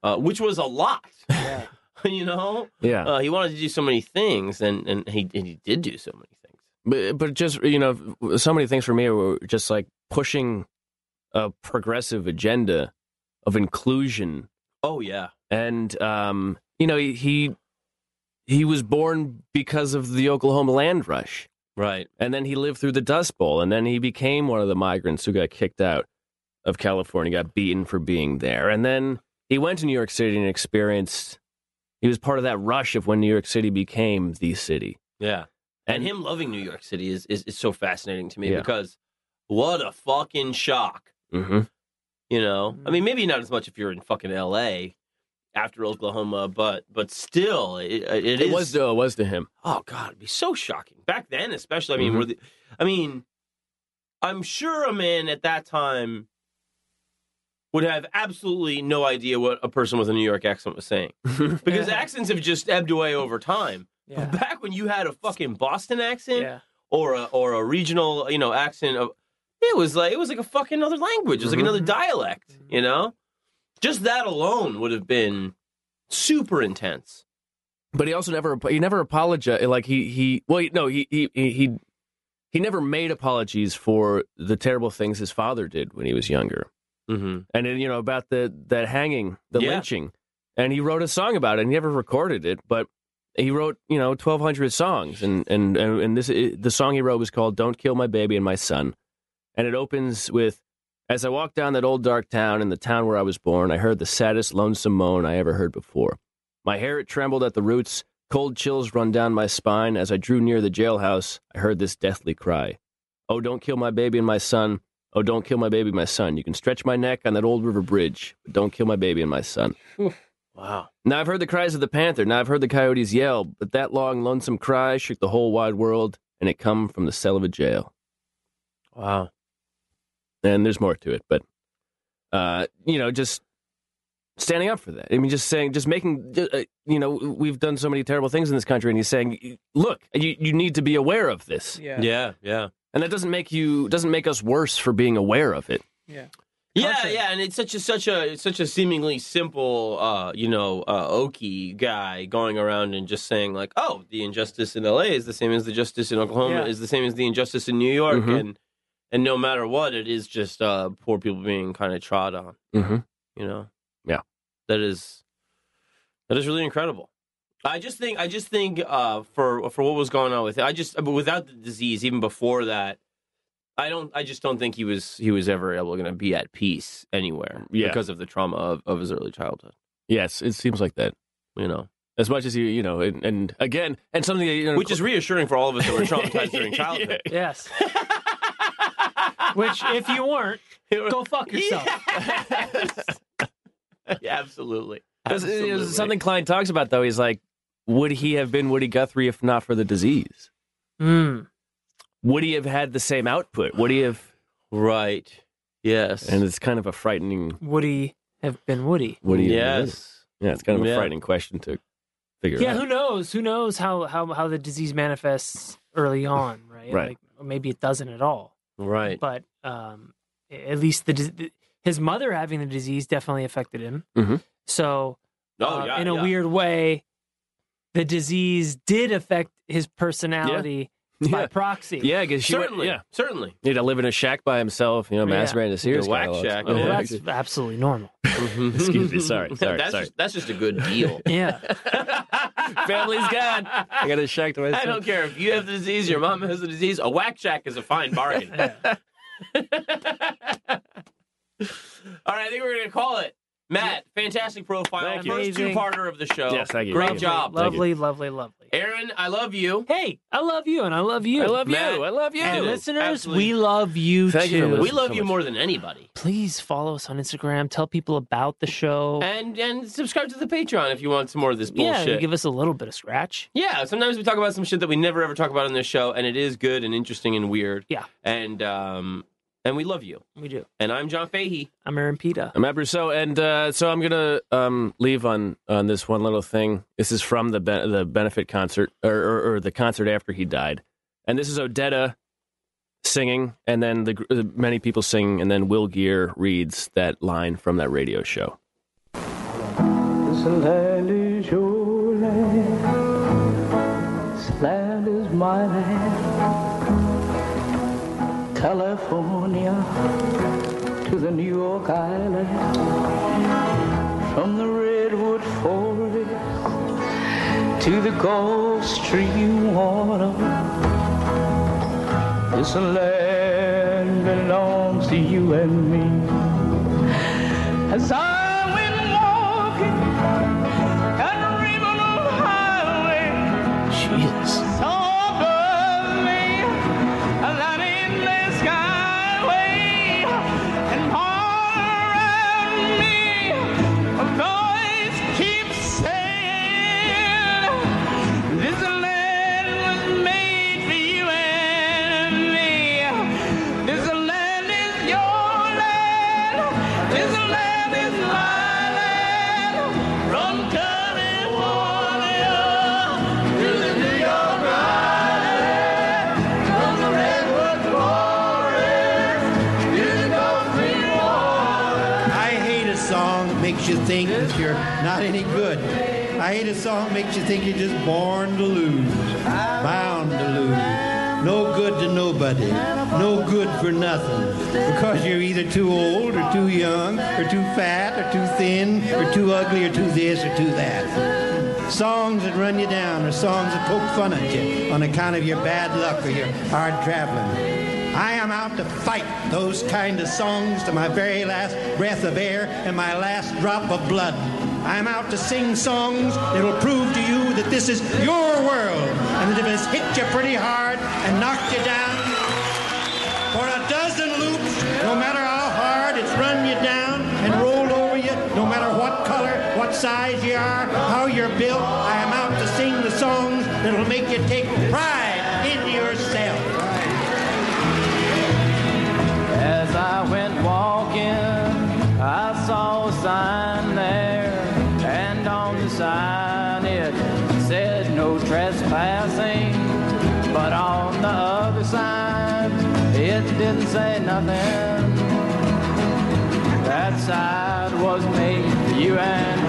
Speaker 2: uh, which was a lot.
Speaker 3: Yeah.
Speaker 2: you know,
Speaker 4: yeah.
Speaker 2: uh, he wanted to do so many things, and and he and he did do so many things.
Speaker 4: But, but just you know, so many things for me were just like pushing a progressive agenda of inclusion,
Speaker 2: Oh yeah,
Speaker 4: and um, you know, he, he he was born because of the Oklahoma land rush,
Speaker 2: right.
Speaker 4: and then he lived through the Dust Bowl, and then he became one of the migrants who got kicked out of California, got beaten for being there, and then he went to New York City and experienced. He was part of that rush of when New York City became the city,
Speaker 2: Yeah, and him loving New York City is is, is so fascinating to me
Speaker 4: Yeah.
Speaker 2: because what a fucking shock,
Speaker 4: Mm-hmm.
Speaker 2: you know. I
Speaker 3: Mhm.
Speaker 2: mean, maybe not as much if you're in fucking L.A. after Oklahoma, but but still, it, uh, it
Speaker 4: It,
Speaker 2: is
Speaker 4: was to, it was to him.
Speaker 2: Oh God, it'd be so shocking back then, especially. I mean,
Speaker 4: Mhm.
Speaker 2: were the, I mean, I'm sure a man at that time would have absolutely no idea what a person with a New York accent was saying because
Speaker 3: Yeah.
Speaker 2: accents have just ebbed away over time.
Speaker 3: Yeah.
Speaker 2: But back when you had a fucking Boston accent
Speaker 3: yeah.
Speaker 2: or a or a regional, you know, accent of it was like it was like a fucking other language. It was like
Speaker 4: Mhm.
Speaker 2: another dialect, you know. Just that alone would have been super intense.
Speaker 4: But he also never he never apologized. Like he he well no he he he he, he never made apologies for the terrible things his father did when he was younger.
Speaker 2: Mm-hmm.
Speaker 4: And then, you know about the that hanging, the
Speaker 2: Yeah.
Speaker 4: lynching, and he wrote a song about it. and He never recorded it, but he wrote you know twelve hundred songs, and and and and this the song he wrote was called "Don't Kill My Baby and My Son," and it opens with. As I walked down that old dark town in the town where I was born, I heard the saddest lonesome moan I ever heard before. My hair it trembled at the roots, cold chills run down my spine. As I drew near the jailhouse, I heard this deathly cry. Oh, don't kill my baby and my son. Oh, don't kill my baby and my son. You can stretch my neck on that old river bridge, but don't kill my baby and my son.
Speaker 2: Wow.
Speaker 4: Now I've heard the cries of the panther, now I've heard the coyotes yell, but that long lonesome cry shook the whole wide world, and it come from the cell of a jail.
Speaker 2: Wow.
Speaker 4: And there's more to it, but uh, you know, just standing up for that. I mean, just saying, just making, uh, you know, we've done so many terrible things in this country, and he's saying, look, you, you need to be aware of this,
Speaker 2: Yeah, yeah, yeah,
Speaker 4: and that doesn't make you doesn't make us worse for being aware of it.
Speaker 2: yeah,
Speaker 3: Contrary.
Speaker 2: And it's such a such a it's such a seemingly simple, uh, you know, uh, oaky guy going around and just saying like, oh, the injustice in L.A. is the same as the justice in Oklahoma
Speaker 3: Yeah.
Speaker 2: is the same as the injustice in New York,
Speaker 4: Mhm.
Speaker 2: and and no matter what, it is just uh, poor people being kind of trod on.
Speaker 4: Mm-hmm.
Speaker 2: you know
Speaker 4: Yeah.
Speaker 2: that is that is really incredible i just think i just think uh for for what was going on with it i just but without the disease even before that i don't i just don't think he was he was ever able to be at peace anywhere
Speaker 4: Yeah.
Speaker 2: because of the trauma of, of his early childhood
Speaker 4: Yes, it seems like that.
Speaker 2: you know
Speaker 4: As much as you, you know, and, and again, and something that, you know,
Speaker 2: which is reassuring for all of us that were traumatized during childhood
Speaker 3: Yes. Which, if you weren't, go fuck yourself.
Speaker 2: Yeah, absolutely
Speaker 4: That's- it was
Speaker 2: Absolutely.
Speaker 4: something Klein talks about though. He's like, would he have been Woody Guthrie if not for the disease? Hmm.
Speaker 3: Mm.
Speaker 4: Would he have had the same output? Would he have?
Speaker 2: right yes
Speaker 4: And it's kind of a frightening.
Speaker 3: Woody have been Woody.
Speaker 4: Woody.
Speaker 2: yes
Speaker 4: Yeah, it's kind of a
Speaker 2: Yeah.
Speaker 4: frightening question to figure
Speaker 3: Yeah,
Speaker 4: out.
Speaker 3: who knows? Who knows how, how, how the disease manifests early on, right?
Speaker 4: Right.
Speaker 3: Like, or maybe it doesn't at all.
Speaker 2: right
Speaker 3: But um, a- at least the, dis- the his mother having the disease definitely affected him.
Speaker 4: Mhm.
Speaker 3: So,
Speaker 2: oh
Speaker 3: uh,
Speaker 2: yeah
Speaker 3: in a
Speaker 2: yeah.
Speaker 3: weird way, the disease did affect his personality by
Speaker 4: Yeah.
Speaker 3: proxy.
Speaker 4: Yeah, because she went,
Speaker 2: certainly
Speaker 4: yeah.
Speaker 2: certainly
Speaker 4: He'd to live in a shack by himself, you know,
Speaker 3: Yeah.
Speaker 4: masturbating to Sears
Speaker 2: The whack
Speaker 4: catalogs.
Speaker 2: shack.
Speaker 3: Oh, well,
Speaker 2: Yeah.
Speaker 3: that's absolutely normal.
Speaker 4: Excuse me, sorry, sorry,
Speaker 2: that's
Speaker 4: sorry.
Speaker 2: Just, that's just a good deal.
Speaker 3: Yeah.
Speaker 4: Family's gone. I got a shack to myself.
Speaker 2: I don't care if you have the disease, your mom has the disease. A whack shack is a fine bargain. All right, I think we're gonna call it. Matt, fantastic profile.
Speaker 4: Thank you.
Speaker 2: First
Speaker 3: Amazing.
Speaker 2: two-parter of the show.
Speaker 4: Yes, thank you.
Speaker 2: Great
Speaker 4: Thank you.
Speaker 2: job.
Speaker 4: Thank you.
Speaker 3: Lovely, lovely, lovely.
Speaker 2: Aaron, I love you.
Speaker 3: Hey, I love you and I love you.
Speaker 4: I love
Speaker 2: Matt,
Speaker 4: you. I love you.
Speaker 3: And
Speaker 2: you.
Speaker 3: listeners,
Speaker 2: Absolutely.
Speaker 3: we love you
Speaker 4: Thank you for
Speaker 3: too.
Speaker 4: listening.
Speaker 2: We love
Speaker 4: so
Speaker 2: you
Speaker 4: much.
Speaker 2: more than anybody.
Speaker 3: Please follow us on Instagram. Tell people about the show.
Speaker 2: And and subscribe to the Patreon if you want some more of this
Speaker 3: yeah,
Speaker 2: bullshit.
Speaker 3: give us a little bit of scratch.
Speaker 2: Yeah, sometimes we talk about some shit that we never ever talk about on this show, and it is good and interesting and weird.
Speaker 3: Yeah.
Speaker 2: and um, and we love you.
Speaker 3: We do.
Speaker 2: And I'm John Fahey.
Speaker 3: I'm Aaron Pita.
Speaker 4: I'm Matt Brousseau, and uh, so I'm gonna um, leave on on this one little thing. This is from the ben- the benefit concert, or, or, or the concert after he died, and this is Odetta singing, and then the, gr- the many people sing, and then Will Gear reads that line from that radio show.
Speaker 6: This land is your land. This land is my land. California to the New York Island. From the Redwood Forest to the Gulf Stream water. This land belongs to you and me. As I went walking and ribbon of highway. Jesus. So above me, a light in the skyway. And all around me, a voice keeps saying, This land was made for you and me. This land is your land. This land is my land. From California to the New York Island, from the Redwood Forest to the Gulf Stream water.
Speaker 7: I hate a song that makes you think that you're not any good. I hate a song that makes you think you're just born to lose, bound to lose. No good to nobody, no good for nothing. Because you're either too old or too young or too fat or too thin or too ugly or too this or too that. Songs that run you down or songs that poke fun at you on account of your bad luck or your hard traveling. I am out to fight those kind of songs to my very last breath of air and my last drop of blood. I'm out to sing songs that'll prove to you that this is your world and that if it's hit you pretty hard and knocked you down for a dozen loops, no matter how hard it's run you down and rolled over you, no matter what color, what size you are, how you're built, I am out to sing the songs that'll make you take pride in yourself.
Speaker 6: As I went walking, I saw a sign there.
Speaker 5: passing, but on the other side, it didn't say nothing. That side was me, you and